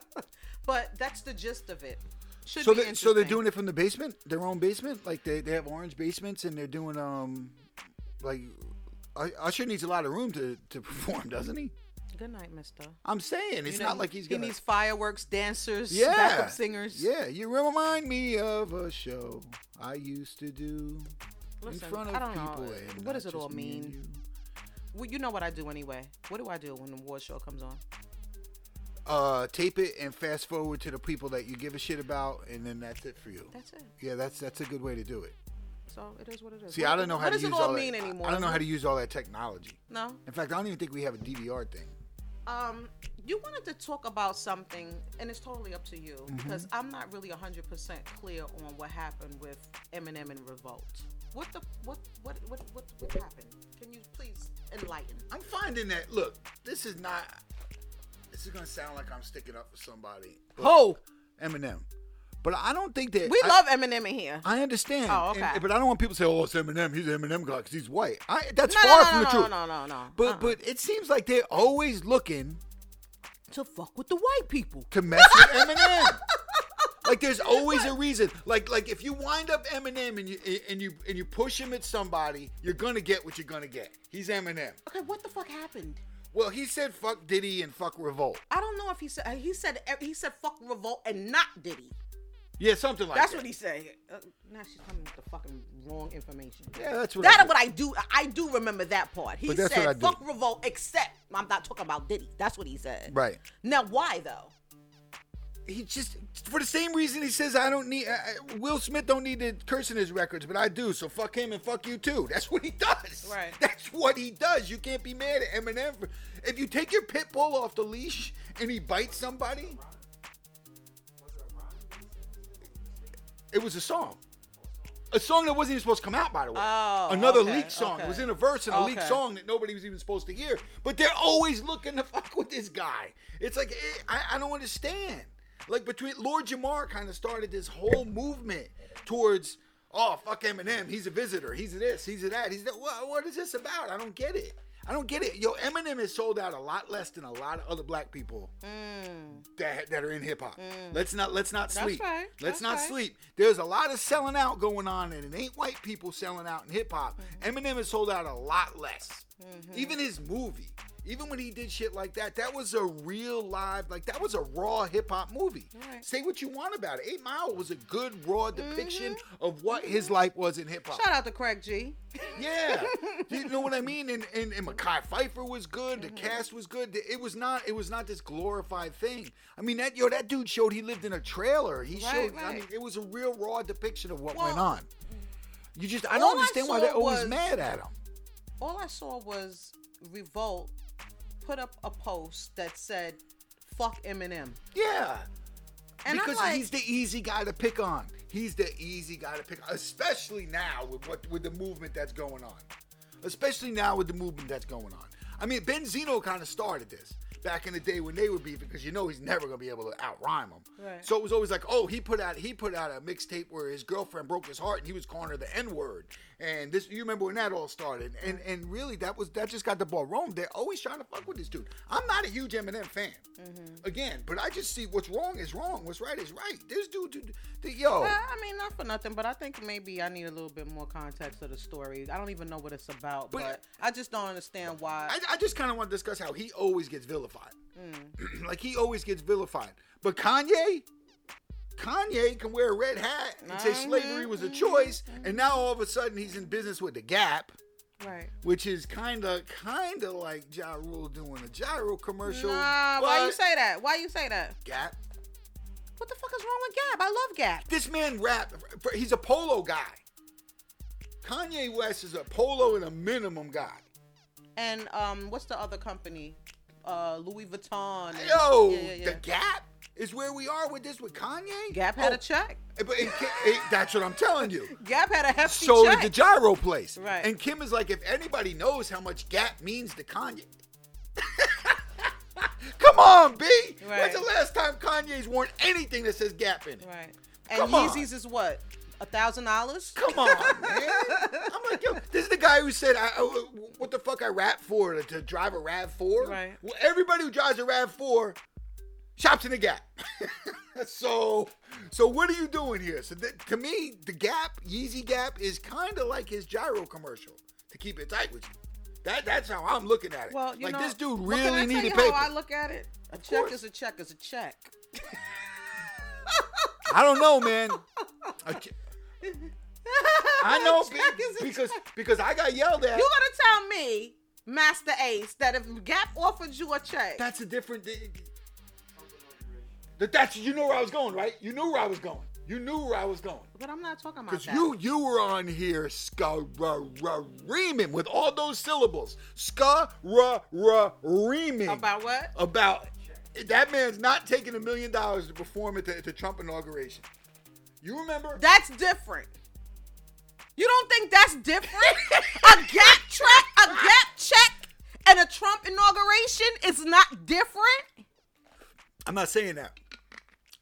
S1: But that's the gist of it. Should
S2: so
S1: be
S2: they, so they're
S1: interesting.
S2: doing it from the basement, their own basement. Like they, they have orange basements, and they're doing um, like U- Usher needs a lot of room to to perform, doesn't he?
S1: Good night, Mister.
S2: I'm saying it's
S1: You know,
S2: not like he's gonna.
S1: He needs fireworks, dancers,
S2: yeah,
S1: backup singers.
S2: Yeah, you remind me of a show I used to do
S1: Listen,
S2: in front of
S1: I don't
S2: people.
S1: know.
S2: and
S1: What
S2: not
S1: does it
S2: just
S1: all
S2: me and
S1: mean?
S2: you.
S1: Well, you know what I do anyway. What do I do when the award show comes on?
S2: uh, tape it and fast forward to the people that you give a shit about, and then that's it for you.
S1: That's it.
S2: Yeah, that's that's a good way to do it.
S1: So it is what it is.
S2: See,
S1: What-
S2: I don't know how
S1: what
S2: to
S1: does
S2: use
S1: it all
S2: all
S1: mean
S2: that. I-
S1: anymore?
S2: I don't know how to use all that technology.
S1: No.
S2: In fact, I don't even think we have a DVR thing.
S1: Um, you wanted to talk about something, and it's totally up to you
S2: Mm-hmm.
S1: because I'm not really 100 percent clear on what happened with Eminem and Revolt. What the what what what what, what happened? Can you please enlighten?
S2: I'm finding that. Look, this is not. This is gonna sound like I'm sticking up for somebody.
S1: Oh,
S2: Eminem, but I don't think that
S1: we
S2: I,
S1: love Eminem in here.
S2: I understand.
S1: Oh, okay.
S2: and- but I don't want people to say, "Oh, it's Eminem. He's an Eminem guy because he's white." I, that's
S1: No,
S2: far
S1: no,
S2: from
S1: no,
S2: the
S1: no,
S2: truth.
S1: no, no, no.
S2: But
S1: Uh-uh.
S2: but it seems like they're always looking
S1: to fuck with the white people.
S2: to mess with Eminem. like there's always a reason. Like like if you wind up Eminem and you and you and you push him at somebody, you're gonna get what you're gonna get. He's Eminem.
S1: Okay, what the fuck happened?
S2: Well, he said fuck Diddy and fuck Revolt.
S1: I don't know if he said uh, he said he said fuck revolt and not Diddy.
S2: Yeah, something like
S1: That's
S2: that.
S1: what he said. Uh, now she's coming with the fucking wrong information.
S2: Yeah, that's what.
S1: That
S2: I
S1: is what I do. I do remember that part. He
S2: But that's what I
S1: said,
S2: do.
S1: "Fuck revolt," except I'm not talking about Diddy. That's what he said.
S2: Right.
S1: Now, why though?
S2: He just for the same reason he says I don't need I, I- Will Smith don't need to curse in his records, but I do. So fuck him and fuck you too. That's what he does.
S1: Right.
S2: That's what he does. You can't be mad at Eminem. For, if you take your pit bull off the leash and he bites somebody, it was a song. A song that wasn't even supposed to come out, by the way.
S1: Oh,
S2: Another
S1: okay,
S2: leaked song.
S1: okay.
S2: It was in a verse in a leaked
S1: Okay.
S2: song song that nobody was even supposed to hear. But they're always looking to fuck with this guy. It's like eh, I, I don't understand. Like between Lord Jamar kind of started this whole movement towards oh fuck Eminem, he's a visitor, he's this, he's a that, he's that. What, what is this about? I don't get it. I don't get it. Yo, Eminem has sold out a lot less than a lot of other black people that that are in hip hop. Let's not let's not sleep.
S1: right.
S2: Let's
S1: Mm. That's
S2: not
S1: right.
S2: sleep. There's a lot of selling out going on, and it ain't white people selling out in hip hop.
S1: Mm-hmm.
S2: Eminem has sold out a lot less. Even his movie, even when he did shit like that, that was a real live, like that was a raw hip hop movie.
S1: Right.
S2: Say what you want about it. Eight Mile was a good raw depiction of what his life was in hip hop.
S1: Mm-hmm. Shout out to Craig G.
S2: Yeah, you know what I mean. And and, and Mackay Pfeiffer was good.
S1: Mm-hmm.
S2: The cast was good. It was not. It was not this glorified thing. I mean, that yo, that dude showed he lived in a trailer. He
S1: Right,
S2: showed. I
S1: right.
S2: mean, it was a real raw depiction of what
S1: Well,
S2: went on. You just,
S1: all
S2: I
S1: I
S2: don't understand why they're
S1: saw
S2: always
S1: was-
S2: mad at him.
S1: All I saw was revolt put up a post that said, "Fuck Eminem,"
S2: Yeah,
S1: and
S2: because
S1: I'm like,
S2: he's the easy guy to pick on. He's the easy guy to pick, on, especially now with what with the movement that's going on. Especially now with the movement that's going on. I mean, Benzino kind of started this. back in the day when they were beefing because you know he's never gonna be able to outrhyme him.
S1: Right.
S2: So it was always like, oh, he put out he put out a mixtape where his girlfriend broke his heart and he was calling her the N word. And this you remember when that all started. And and really that was that just got the ball rolling. They're always trying to fuck with this dude. I'm not a huge Eminem fan. Again, but I just see what's wrong is wrong, what's right is right. This dude, dude, the, yo.
S1: Well, Uh, I mean, not for nothing, but I think maybe I need a little bit more context of the story. I don't even know what it's about, but,
S2: But-
S1: I just don't understand why.
S2: I, I just kind of want to discuss how he always gets vilified. like he always gets vilified. But Kanye, Kanye can wear a red hat and say slavery was a choice, and now all of a sudden he's in business with the Gap,
S1: right.
S2: which is kind of kind of like Ja Rule doing a Ja Rule commercial.
S1: Nah, why you
S2: but-
S1: say that? Why you say that?
S2: Gap?
S1: What the fuck is wrong with Gap? I love Gap.
S2: This man rap. He's a polo guy. Kanye West is a polo and a minimum guy.
S1: And um, what's the other company? Uh, Louis Vuitton. and-
S2: Yo,
S1: yeah, yeah, yeah.
S2: the Gap is where we are with this with Kanye.
S1: Gap had
S2: Oh,
S1: a check.
S2: But it, ca- it, that's what I'm telling you.
S1: Gap had a hefty
S2: So
S1: check.
S2: did the gyro place.
S1: Right.
S2: And Kim is like, if anybody knows how much Gap means to Kanye. Come on, B.
S1: Right.
S2: When's the last time Kanye's worn anything that says Gap in it?
S1: right. And
S2: Come on.
S1: Yeezys is what? A thousand dollars?
S2: Come on, man. I'm like, yo, this is the guy who said, I, I- what the fuck I rap for, to, to drive a RAV4?
S1: Right.
S2: Well, everybody who drives a RAV4 shops in the Gap. so, so what are you doing here? So th- to me, the Gap, Yeezy Gap, is kind of like his gyro commercial, to keep it tight with you. That, that's how I'm looking at it.
S1: Well, you
S2: like,
S1: know.
S2: this dude
S1: well, can I
S2: really
S1: tell
S2: needed
S1: you
S2: paper.
S1: How I
S2: I,
S1: look at it. A check
S2: course.
S1: is a check is a check.
S2: don't know, man. I, I know
S1: A check
S2: be-
S1: is a
S2: because, because I got yelled at.
S1: You gonna tell me, Master Ace, that if Gap offered you a check,
S2: That's a different. th- That that's you know where I was going, right? You knew where I was going. You knew where I was going.
S1: but I'm not talking about
S2: Cause
S1: that.
S2: you you were on here reaming with all those syllables, reaming
S1: about what?
S2: about that man's not taking a million dollars to perform at the, at the Trump inauguration. You remember?
S1: That's different. You don't think that's different? a Gap check, a Gap check, and a Trump inauguration is not different.
S2: I'm not saying that.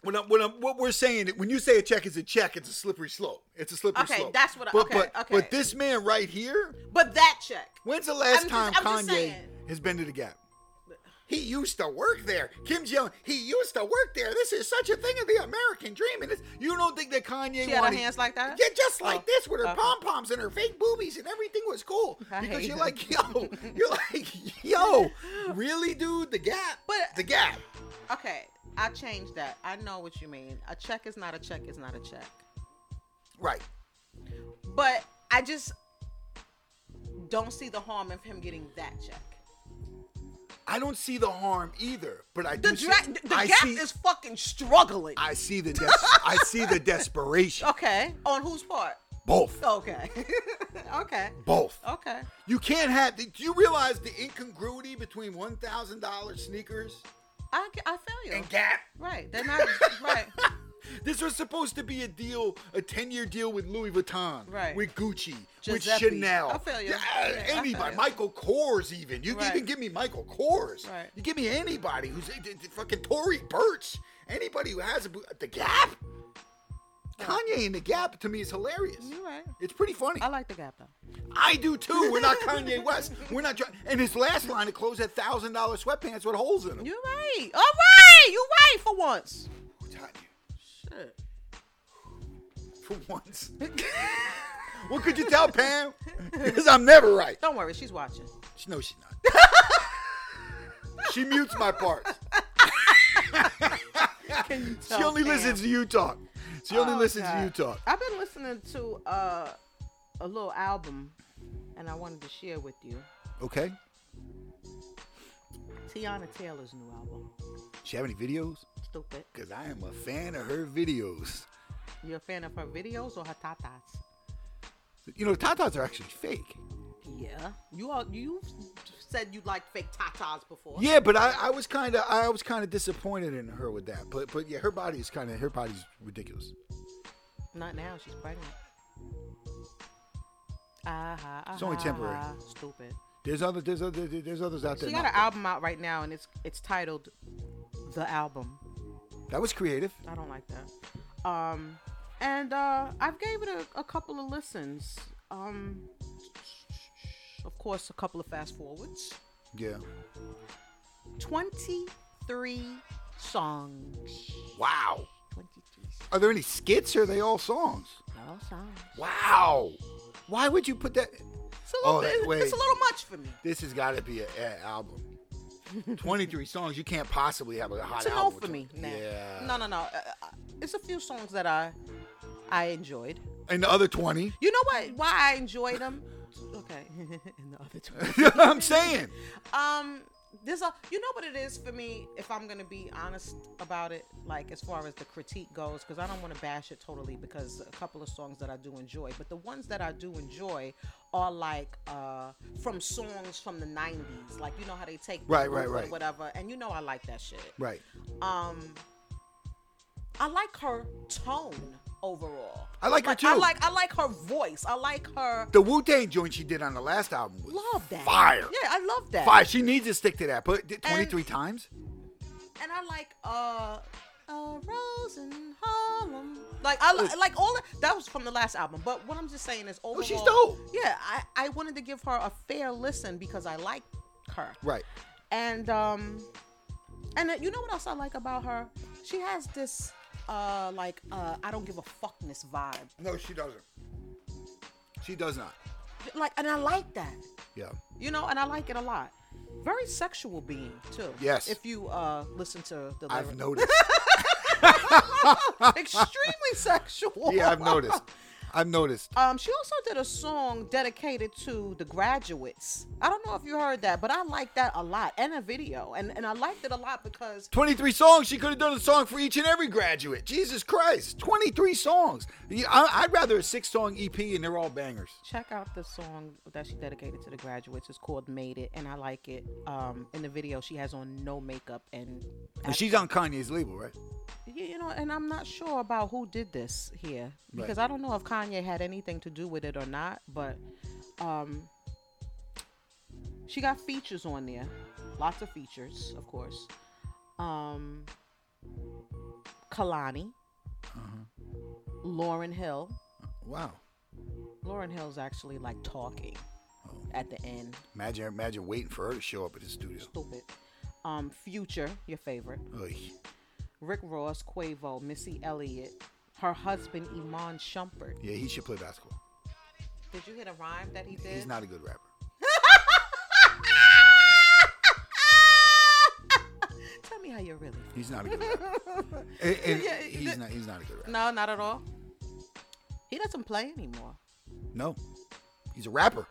S2: When I'm, when I'm, what we're saying, when you say a check is a check, it's a slippery slope. It's a slippery
S1: Okay,
S2: slope.
S1: that's what I-
S2: But,
S1: okay,
S2: but,
S1: okay.
S2: But this man right here,
S1: But that check.
S2: When's the last
S1: I'm just-
S2: time
S1: I'm just
S2: Kanye
S1: saying.
S2: has been to the Gap? He used to work there. Kim Jong, he used to work there. This is such a thing of the American dream. And it's, you don't think that Kanye
S1: She had her
S2: wanted-
S1: hands like that?
S2: Yeah, just like
S1: Oh,
S2: this with her
S1: okay.
S2: pom poms and her fake boobies and everything was cool.
S1: I
S2: because
S1: hate
S2: you're
S1: her.
S2: like, yo, you're like, yo, really, dude? The Gap?
S1: But-
S2: the Gap.
S1: Okay, I changed that. I know what you mean. A check is not a check is not a check.
S2: Right.
S1: But I just don't see the harm of him getting that check.
S2: I don't see the harm either, but I
S1: The,
S2: do.
S1: dra-
S2: see,
S1: the
S2: I
S1: gap
S2: see,
S1: is fucking struggling.
S2: I see the des- I see the desperation.
S1: okay. On whose part?
S2: Both.
S1: Okay. okay.
S2: Both.
S1: Okay.
S2: You can't have. Do you realize the incongruity between one thousand dollars sneakers
S1: I, ca- I feel you.
S2: and Gap?
S1: Right. They're not. right.
S2: This was supposed to be a deal, a ten-year deal with Louis Vuitton,
S1: Right.
S2: with Gucci,
S1: Giuseppe.
S2: with Chanel.
S1: I feel you.
S2: Yeah,
S1: Yeah, I feel
S2: anybody,
S1: you.
S2: Michael Kors, even. You
S1: Right.
S2: even give me Michael Kors.
S1: Right.
S2: You give me anybody who's eh, eh, fucking Tory Burch. Anybody who has a bo- the Gap. Kanye and the Gap to me is hilarious.
S1: You're right.
S2: It's pretty funny.
S1: I like the gap though.
S2: I do too. We're not Kanye West. We're not trying. And his last line to close that thousand dollar sweatpants with holes in them.
S1: You're right. All right. You're right for once.
S2: Who taught you?
S1: Shit.
S2: For once. what could you tell Pam? Because I'm never right.
S1: Don't worry. She's watching.
S2: She- No, she's not. she mutes my parts. she
S1: tell
S2: only
S1: Pam?
S2: listens to you talk. She only
S1: Oh,
S2: listens
S1: God.
S2: to you talk.
S1: I've been listening to uh, a little album, and I wanted to share with you
S2: Okay.
S1: Tiana Taylor's new album.
S2: She have any videos?
S1: Stupid.
S2: Because I am a fan of her videos.
S1: You're a fan of her videos or her tatas?
S2: You know, tatas are actually fake.
S1: Yeah, you all you said you liked fake tatas before.
S2: Yeah, but I, I was kind of I was kind of disappointed in her with that. But but yeah, her body is kind of her body's ridiculous.
S1: Not now. She's pregnant. Ah,
S2: It's only temporary.
S1: Stupid.
S2: There's other there's other there's others out there.
S1: She got
S2: now.
S1: an album out right now, and it's it's titled "The Album."
S2: That was creative.
S1: I don't like that. Um, and uh, I've gave it a, a couple of listens. Um, of course, a couple of fast forwards.
S2: Yeah.
S1: Twenty three songs.
S2: Wow.
S1: Twenty three.
S2: Are there any skits or are they all songs?
S1: No songs.
S2: Wow. Why would you put that?
S1: It's a
S2: Oh,
S1: little, bit-
S2: that- wait.
S1: it's a little much for me.
S2: This has got to be an album. 23 songs. You can't possibly have a hot
S1: It's a no
S2: album.
S1: for me.
S2: with
S1: Nah.
S2: 20 Yeah.
S1: No, no, no. Uh, uh, it's a few songs that I I enjoyed.
S2: And the other 20.
S1: You know what? Why I enjoyed them? Okay. and the other two.
S2: I'm saying.
S1: Um, there's a you know what it is for me if I'm gonna be honest about it, like as far as the critique goes, because I don't want to bash it totally because a couple of songs that I do enjoy, but the ones that I do enjoy are like uh from songs from the '90s, like you know how they take
S2: Right, right,
S1: or
S2: right.
S1: whatever, and you know I like that shit.
S2: Right.
S1: Um, I like her tone overall.
S2: I like her
S1: I
S2: too.
S1: like I like her voice. I like her.
S2: The Wu Tang joint she did on the last album was
S1: Love that.
S2: fire.
S1: Yeah, I love that.
S2: Fire. She needs to stick to that. But did 23
S1: And-
S2: times?
S1: and I like uh, uh Rose in Harlem. Like I li- like all that, that was from the last album. But what I'm just saying is overall,
S2: Oh, she's dope.
S1: Yeah, I I wanted to give her a fair listen because I like her.
S2: Right.
S1: And um, and uh, you know what else I like about her? She has this uh like uh I don't give a fuckness vibe.
S2: No, she doesn't. She does not.
S1: Like and I like that.
S2: Yeah.
S1: You know, and I like it a lot. Very sexual being too.
S2: Yes.
S1: If you uh listen to the lyrics.
S2: I've noticed.
S1: extremely sexual.
S2: Yeah, I've noticed. I've noticed.
S1: Um, she also did a song dedicated to the graduates. I don't know if you heard that, but I like that a lot, and a video, and and I liked it a lot because
S2: 23 songs. She could have done a song for each and every graduate. Jesus Christ. 23 songs. Yeah, I, I'd rather a six song EP and they're all bangers.
S1: check out the song that she dedicated to the graduates. It's called "Made It," and I like it. Um, in the video, she has on no makeup, and
S2: And she's on Kanye's label, right?
S1: you you know, and I'm not sure about who did this here because I don't know if Kanye had anything to do with it or not, but um she got features on there. Lots of features, of course. Um Kalani, Lauren Hill.
S2: Wow.
S1: Lauren Hill's actually like talking at the end.
S2: Imagine, imagine waiting for her to show up at the studio.
S1: Stupid. Um Future, your favorite.
S2: Oy.
S1: Rick Ross, Quavo, Missy Elliott, her husband Iman Shumpert.
S2: Yeah, he should play basketball.
S1: Did you hit a rhyme that he did?
S2: He's not a good rapper.
S1: Tell me how you really. feel.
S2: He's not a good rapper. And- and
S1: Yeah,
S2: he's
S1: that-
S2: not. He's not a good rapper.
S1: No, not at all. He doesn't play anymore.
S2: No, he's a rapper.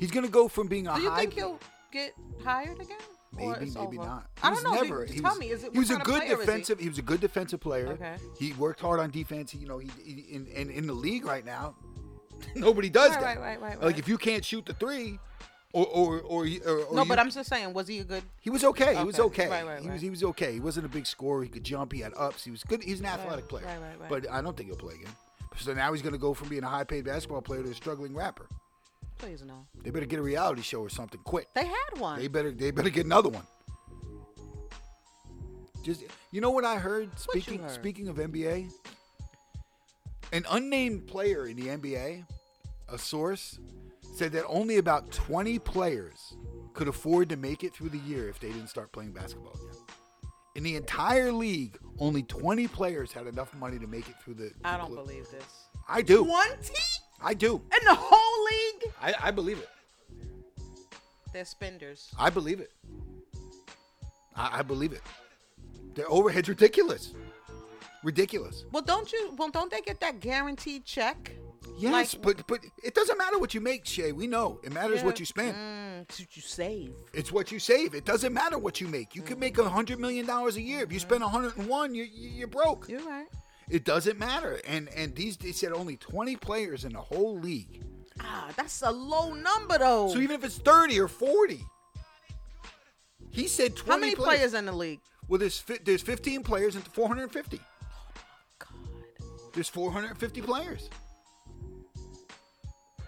S2: He's gonna go from being a
S1: Do you
S2: high.
S1: think he'll get hired again? Or
S2: Maybe,
S1: it's
S2: maybe
S1: over?
S2: not.
S1: I don't
S2: He was
S1: know. Do-
S2: Never, he
S1: Tell
S2: was,
S1: me, is it
S2: he was
S1: what kind
S2: a
S1: of
S2: good
S1: player is he?
S2: defensive. He? was a good defensive player.
S1: Okay.
S2: He worked hard on defense. He- You know, he, he in, in in the league right now, nobody does
S1: Right,
S2: that.
S1: right, right, right,
S2: Like
S1: right.
S2: if you can't shoot the three, or or or, you- or, or
S1: No,
S2: you-
S1: but I'm just saying, was he a good?
S2: He was okay. He was
S1: Okay.
S2: okay.
S1: Right, right,
S2: he
S1: right.
S2: was he was okay. He wasn't a big scorer. He could jump. He had ups. He was good. He's an athletic player.
S1: right, right, right.
S2: But I don't think he'll play again. So now he's gonna go from being a high paid basketball player to a struggling rapper.
S1: Please no.
S2: They better get a reality show or something quick.
S1: They had one.
S2: They better they better get another one. Just you know what I heard
S1: you
S2: speaking
S1: heard?
S2: speaking of NBA? An unnamed player in the NBA, a source, said that only about 20 players could afford to make it through the year if they didn't start playing basketball again. In the entire league, only 20 players had enough money to make it through the
S1: I don't believe this.
S2: I do.
S1: Twenty
S2: I do.
S1: in the whole league?
S2: I, I believe it.
S1: They're spenders.
S2: I believe it. I, I believe it. Their overhead's ridiculous. Ridiculous.
S1: Well, don't you? Well, don't they get that guaranteed check?
S2: Yes,
S1: Like-
S2: but but it doesn't matter what you make, Shay. We know it matters what
S1: Yeah.
S2: you spend.
S1: Mm, it's what you save.
S2: It's what you save. It doesn't matter what you make. You can make a hundred million dollars a year. If
S1: Mm.
S2: you spend a hundred and one, you you- you're broke.
S1: You're right.
S2: It doesn't matter. And and these they said only twenty players in the whole league.
S1: Ah, that's a low number though.
S2: So even if it's thirty or forty, he said twenty.
S1: how many players in the league?
S2: Well, there's fi- there's fifteen players and four hundred and fifty.
S1: Oh God.
S2: There's 450 players.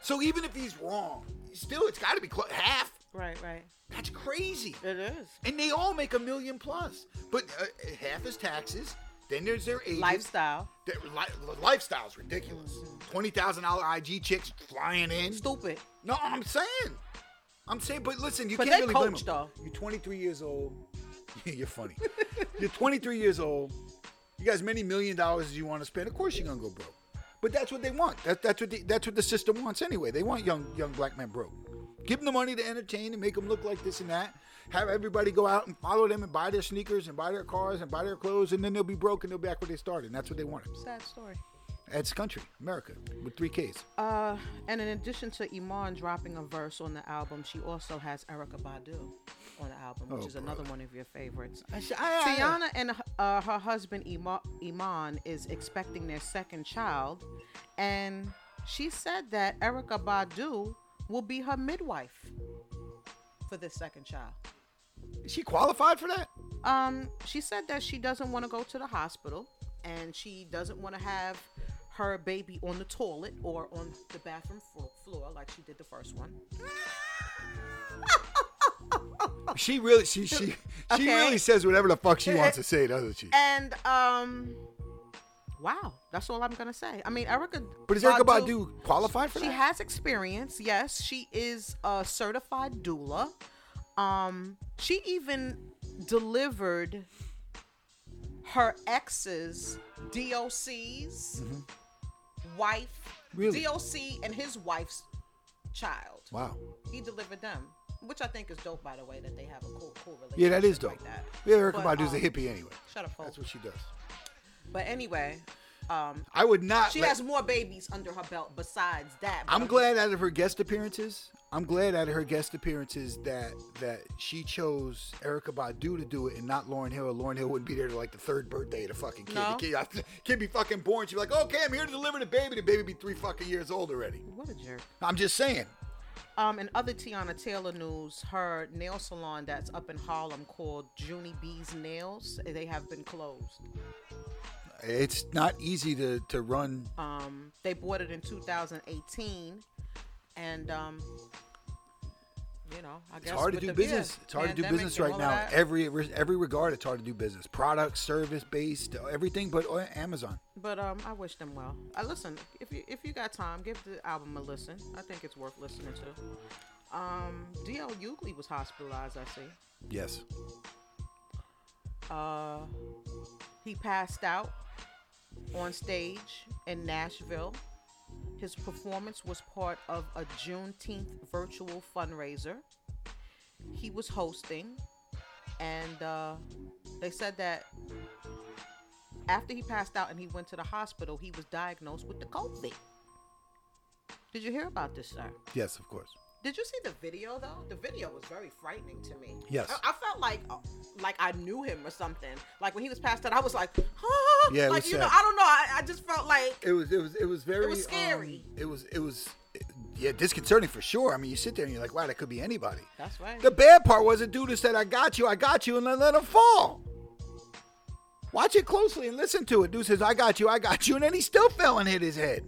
S2: So even if he's wrong, Still, it's got to be clo- half.
S1: Right, right.
S2: That's crazy.
S1: It is.
S2: And they all make a million plus, but uh, half is taxes. Then there's their agents.
S1: Lifestyle.
S2: Their li- lifestyle's ridiculous. Twenty thousand dollar IG chicks flying in.
S1: Stupid.
S2: No, I'm saying. I'm saying, but listen, you
S1: But they
S2: can't really blame
S1: coach,
S2: them.
S1: though.
S2: You're 23 years old. You're funny. You're 23 years old. You got as many million dollars as you want to spend. Of course, you're gonna go broke. But that's what they want. That, that's what the, that's what the system wants anyway. They want young young black men broke. Give them the money to entertain and make them look like this and that. Have everybody go out and follow them and buy their sneakers and buy their cars and buy their clothes and then they'll be broke and they'll be back where they started. And that's what they want.
S1: Sad story.
S2: It's country, America, with three Ks.
S1: Uh, and in addition to Iman dropping a verse on the album, she also has Erica Badu on the album, which
S2: Oh,
S1: is another
S2: brother.
S1: one of your favorites.
S2: I,
S1: Tiana and uh, her husband Ima- Iman is expecting their second child, and she said that Erica Badu will be her midwife for this second child. uh,
S2: she qualified for that.
S1: Um, she said that she doesn't want to go to the hospital and she doesn't want to have her baby on the toilet or on the bathroom flo- floor like she did the first one.
S2: She really, she she she
S1: Okay. Eh,
S2: really says whatever the fuck she wants to say, doesn't she?
S1: And um, wow, that's all I'm gonna say. I mean, Erica.
S2: But is Erica Badu qualified for
S1: uh, She
S2: that?
S1: has experience. Yes, she is a certified doula. Um, she even delivered her ex's DOC's wife,
S2: Mm-hmm. Really?
S1: DOC and his wife's child.
S2: wow.
S1: He delivered them, which I think is dope, by the way, that they have a cool, cool relationship.
S2: Yeah, that is dope.
S1: Like that.
S2: Yeah, Erica
S1: But,
S2: Badu's a
S1: um,
S2: hippie anyway.
S1: Shut up,
S2: That's
S1: folks.
S2: what she does.
S1: But anyway, um,
S2: I would not.
S1: she
S2: let-
S1: has more babies under her belt besides that. but
S2: I'm glad out of her guest appearances. I'm glad out of her guest appearances that that she chose Erica Badu to do it and not Lauren Hill. Lauren Hill wouldn't be there to like the third birthday of the fucking kid.
S1: No.
S2: The kid, kid be fucking born. She'd be like, "Oh, okay, I'm here to deliver the baby. The baby be three fucking years old already.
S1: What a jerk.
S2: I'm just saying.
S1: Um, and other Tiana Taylor news, her nail salon that's up in Harlem called Junie B's Nails, they have been closed.
S2: It's not easy to, to run
S1: Um, they bought it in 2018, and um, you know, I guess
S2: It's hard to
S1: with
S2: do
S1: the-
S2: business.
S1: yeah,
S2: It's hard to do
S1: pandemic
S2: business
S1: and
S2: right
S1: all
S2: now.
S1: that.
S2: Every every regard, it's hard to do business. Product, service based, everything, but on Amazon.
S1: But um, I wish them well. I listen. If you if you got time, give the album a listen. I think it's worth listening to. Um, D.L. Hughley was hospitalized. I see.
S2: Yes.
S1: uh, he passed out on stage in Nashville. His performance was part of a Juneteenth virtual fundraiser he was hosting, and uh, they said that after he passed out and he went to the hospital, he was diagnosed with the COVID. Did you hear about this, sir?
S2: Yes, of course.
S1: Did you see the video though? The video was very frightening to me.
S2: Yes.
S1: I, I felt like uh, like I knew him or something. Like when he was passed out, I was like, huh?
S2: Yeah, it
S1: like
S2: was
S1: you know,
S2: sad.
S1: I don't know. I, I just felt like
S2: It was it was it was very
S1: was scary.
S2: um, it was it was yeah disconcerting for sure. I mean, you sit there and you're like, wow, that could be anybody.
S1: that's right.
S2: The bad part was the dude who said, "I got you, I got you," and then let him fall. Watch it closely and listen to it. Dude says, "I got you, I got you," and then he still fell and hit his head.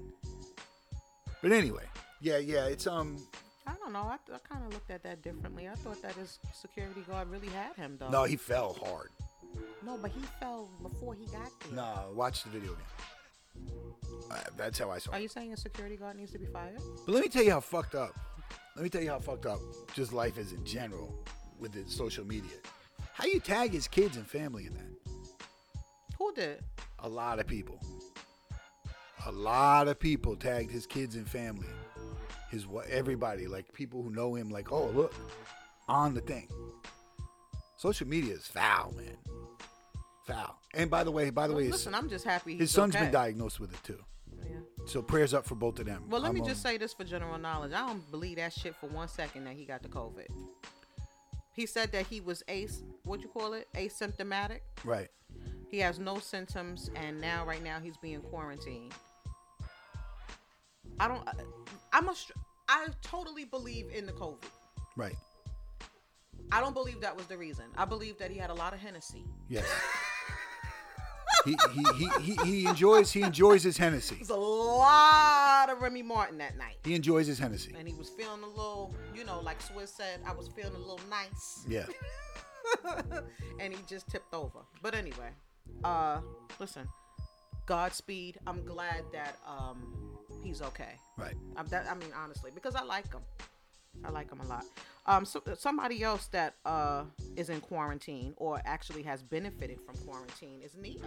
S2: But anyway, yeah, yeah, it's um,
S1: I don't know. I, I kind of looked at that differently. I thought that his security guard really had him though.
S2: no, he fell hard.
S1: no, but he fell before he got there.
S2: No, watch the video again. Uh, that's how I saw
S1: Are
S2: it.
S1: you saying a security guard needs to be fired?
S2: But let me tell you how fucked up. Let me tell you how fucked up just life is in general with the social media. How you tag his kids and family in that?
S1: Who did?
S2: A lot of people. A lot of people tagged his kids and family. His what? Everybody, like people who know him, like, oh look, on the thing. Social media is foul, man. Foul. And by the way, by the way, his,
S1: Listen, I'm just happy.
S2: his
S1: His
S2: son's
S1: son's okay.
S2: been diagnosed with it too.
S1: Yeah.
S2: So prayers up for both of them.
S1: Well, let
S2: I'm,
S1: me
S2: um,
S1: just say this for general knowledge. I don't believe that shit for one second that he got the COVID. He said that he was ace, what you call it, asymptomatic.
S2: Right.
S1: He has no symptoms, and now, right now, he's being quarantined. I don't. I'm a. str- I totally believe in the COVID.
S2: Right.
S1: I don't believe that was the reason. I believe that he had a lot of Hennessy.
S2: Yes. he, he, he, he, he enjoys he enjoys his Hennessy.
S1: was a lot of Remy Martin that night.
S2: He enjoys his Hennessy.
S1: And he was feeling a little, you know, like Swiss said, I was feeling a little nice.
S2: Yeah.
S1: and he just tipped over. But anyway, uh listen, Godspeed. I'm glad that um he's okay.
S2: Right.
S1: I'm that, I mean, honestly, because I like him. I like him a lot. Um, so, somebody else that uh, is in quarantine or actually has benefited from quarantine is Nina.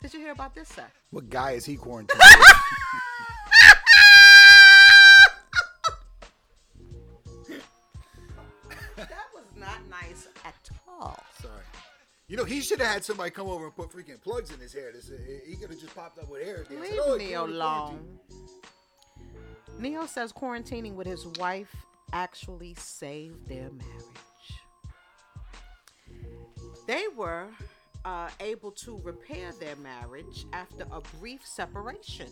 S1: Did you hear about this, Seth?
S2: What guy is he quarantined? with?
S1: That was not nice at all.
S2: Sorry. You know, he should have had somebody come over and put freaking plugs in his hair. This, he could have just popped up with hair. at the end and
S1: Leave
S2: said, "Oh, it's
S1: Neo
S2: quarantine."
S1: alone. Neo says quarantining with his wife actually saved their marriage. They were uh, able to repair their marriage after a brief separation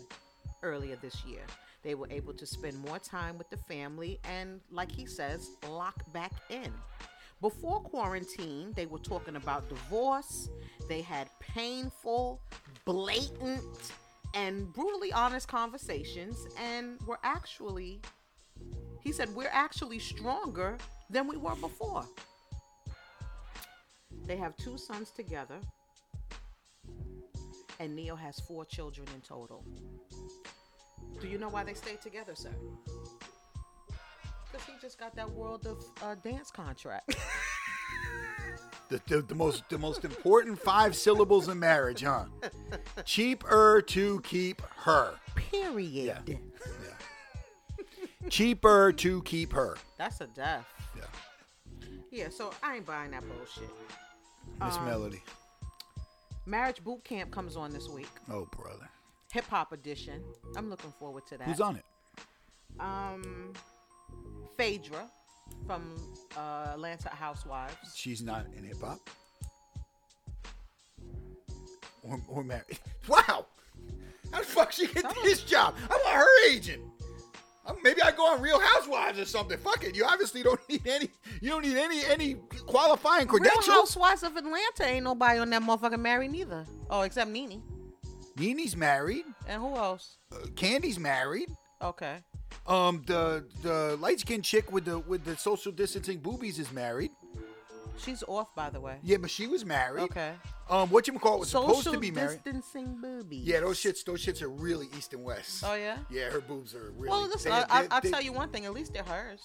S1: earlier this year. They were able to spend more time with the family and, like he says, lock back in. Before quarantine, they were talking about divorce. They had painful, blatant, and brutally honest conversations and were actually, he said, we're actually stronger than we were before. They have two sons together, and Neil has four children in total. Do you know why they stayed together, sir? Because he just got that world of uh, dance contract.
S2: The, the, the most the most important five syllables in marriage, huh? Cheaper to keep her.
S1: Period.
S2: Yeah. Cheaper to keep her.
S1: That's a death.
S2: Yeah.
S1: Yeah, so I ain't buying that bullshit.
S2: Miss
S1: Um,
S2: Melody.
S1: Marriage Boot Camp comes on this week,
S2: Oh, brother.
S1: hip hop edition. I'm looking forward to that.
S2: Who's on it?
S1: Um, Phaedra from uh, Atlanta Housewives.
S2: She's not in hip hop. Or, or married. Wow. How the fuck she get this job? I want her agent. Um, Maybe I go on Real Housewives or something. Fuck it. You obviously don't need any. You don't need any any qualifying
S1: Real
S2: credentials.
S1: Housewives of Atlanta ain't nobody on that motherfucking Mary neither. Oh, except Nene.
S2: Nini's married.
S1: And who else?
S2: Uh, Candy's married.
S1: Okay.
S2: Um, the the light skinned chick with the with the social distancing boobies is married.
S1: She's off, by the way.
S2: Yeah, but she was married.
S1: Okay.
S2: Um, what you call was supposed
S1: Social
S2: to be married.
S1: distancing boobies.
S2: Yeah, those shits, those shits are really east and west.
S1: Oh, yeah?
S2: Yeah, her boobs are really.
S1: Well, listen,
S2: they-
S1: I, I,
S2: they-
S1: I'll
S2: they-
S1: tell you one thing. At least they're hers.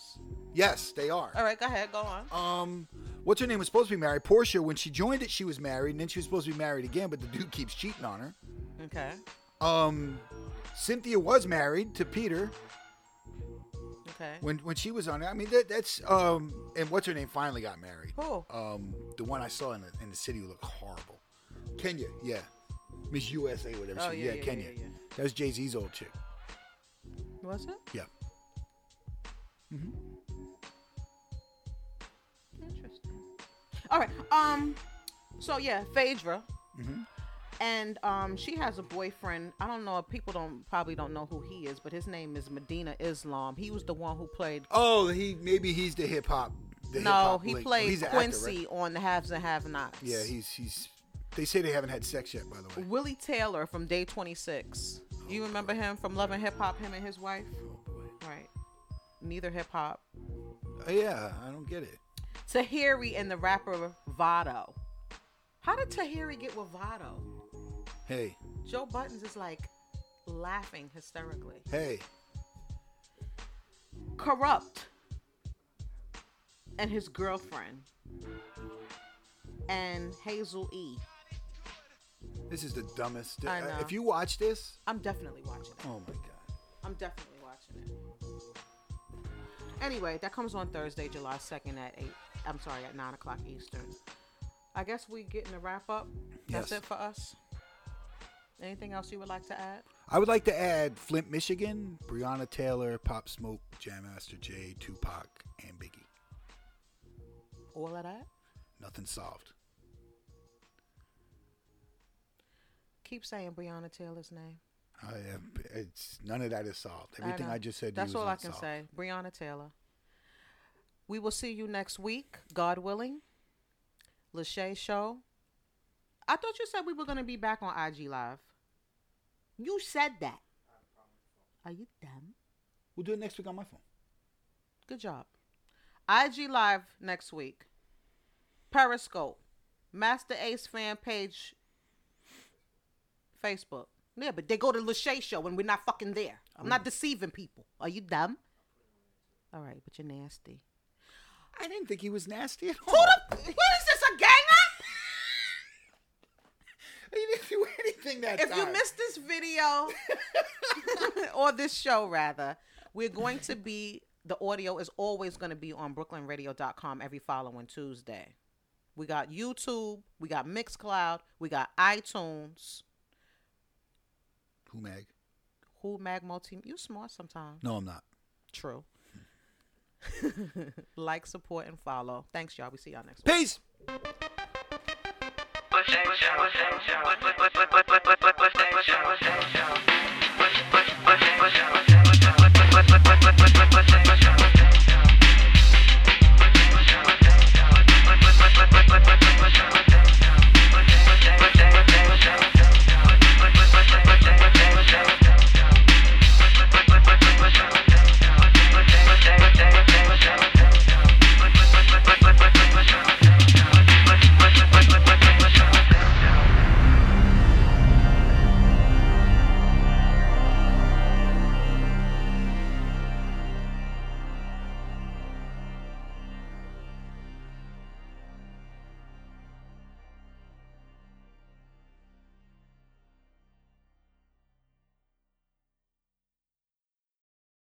S2: Yes, they are.
S1: All right, go ahead. Go on.
S2: Um, what's her name was supposed to be married? Portia. When she joined it, she was married, and then she was supposed to be married again, but the dude keeps cheating on her.
S1: Okay.
S2: Um, Cynthia was married to Peter
S1: Okay.
S2: when when she was on it. I mean, that, that's um, and what's her name finally got married.
S1: Who?
S2: Um, the one I saw in the, in the city who looked horrible. Kenya, yeah, Miss USA, whatever.
S1: Oh,
S2: she,
S1: yeah,
S2: yeah,
S1: yeah, yeah,
S2: Kenya.
S1: yeah.
S2: That was Jay Z's old chick.
S1: Was it?
S2: Yeah.
S1: Interesting. All right. Um. So yeah, Phaedra.
S2: Mm-hmm.
S1: And um, she has a boyfriend. I don't know. People don't probably don't know who he is, but his name is Medina Islam. He was the one who played.
S2: Oh, he maybe he's the hip hop. the
S1: no,
S2: hip-hop
S1: he
S2: link.
S1: played
S2: He's an actor, right?
S1: Quincy on the Haves and Have Nots.
S2: Yeah, he's he's. They say they haven't had sex yet, by the way.
S1: Willie Taylor from Day 26. You remember him from Love and Hip Hop? Him and his wife.
S2: Oh,
S1: Right. Neither hip hop. Mm-hmm.
S2: Uh, yeah, I don't get it.
S1: Tahiri and the rapper Vado. How did Tahiri get with Vado?
S2: Hey,
S1: Joe Buttons is like laughing hysterically.
S2: hey,
S1: Corrupt and his girlfriend and Hazel E.
S2: this is the dumbest. uh,
S1: I know.
S2: If you watch this,
S1: I'm definitely watching it.
S2: oh my god,
S1: I'm definitely watching it. Anyway, that comes on Thursday, July 2nd at 8. I'm sorry, at 9 o'clock Eastern. I guess we getting a wrap up. That's
S2: Yes.
S1: it for us. Anything else you would like to add?
S2: I would like to add Flint, Michigan, Breonna Taylor, Pop Smoke, Jam Master Jay, Tupac, and Biggie.
S1: All of that?
S2: Nothing solved.
S1: Keep saying Breonna Taylor's name.
S2: I am, it's none of that is solved.
S1: I
S2: Everything
S1: know.
S2: I, just said. to you
S1: That's
S2: is
S1: all I can
S2: unsolved.
S1: say. Breonna Taylor. We will see you next week, God willing. Lachey Show. I thought you said we were gonna be back on IG Live. You said that. Are you dumb?
S2: We'll do it next week on my phone.
S1: Good job. IG Live next week. Periscope. Master Ace fan page. Facebook. Yeah, but they go to Lachey show and we're not fucking there. I'm not deceiving people. Are you dumb? Mm. All right, but you're nasty.
S2: I didn't think he was nasty at all.
S1: Who the? What is this? A gang up?
S2: He didn't do anything that
S1: If
S2: time.
S1: you missed this video or this show, rather, we're going to be the audio is always going to be on brooklynradio.com every following Tuesday. We got YouTube, we got Mixcloud, we got iTunes.
S2: Who mag?
S1: Who Mag Multi? You smart sometimes.
S2: No, I'm not.
S1: True. like, support, and follow. Thanks, y'all. We see y'all next week.
S2: Peace.
S3: What's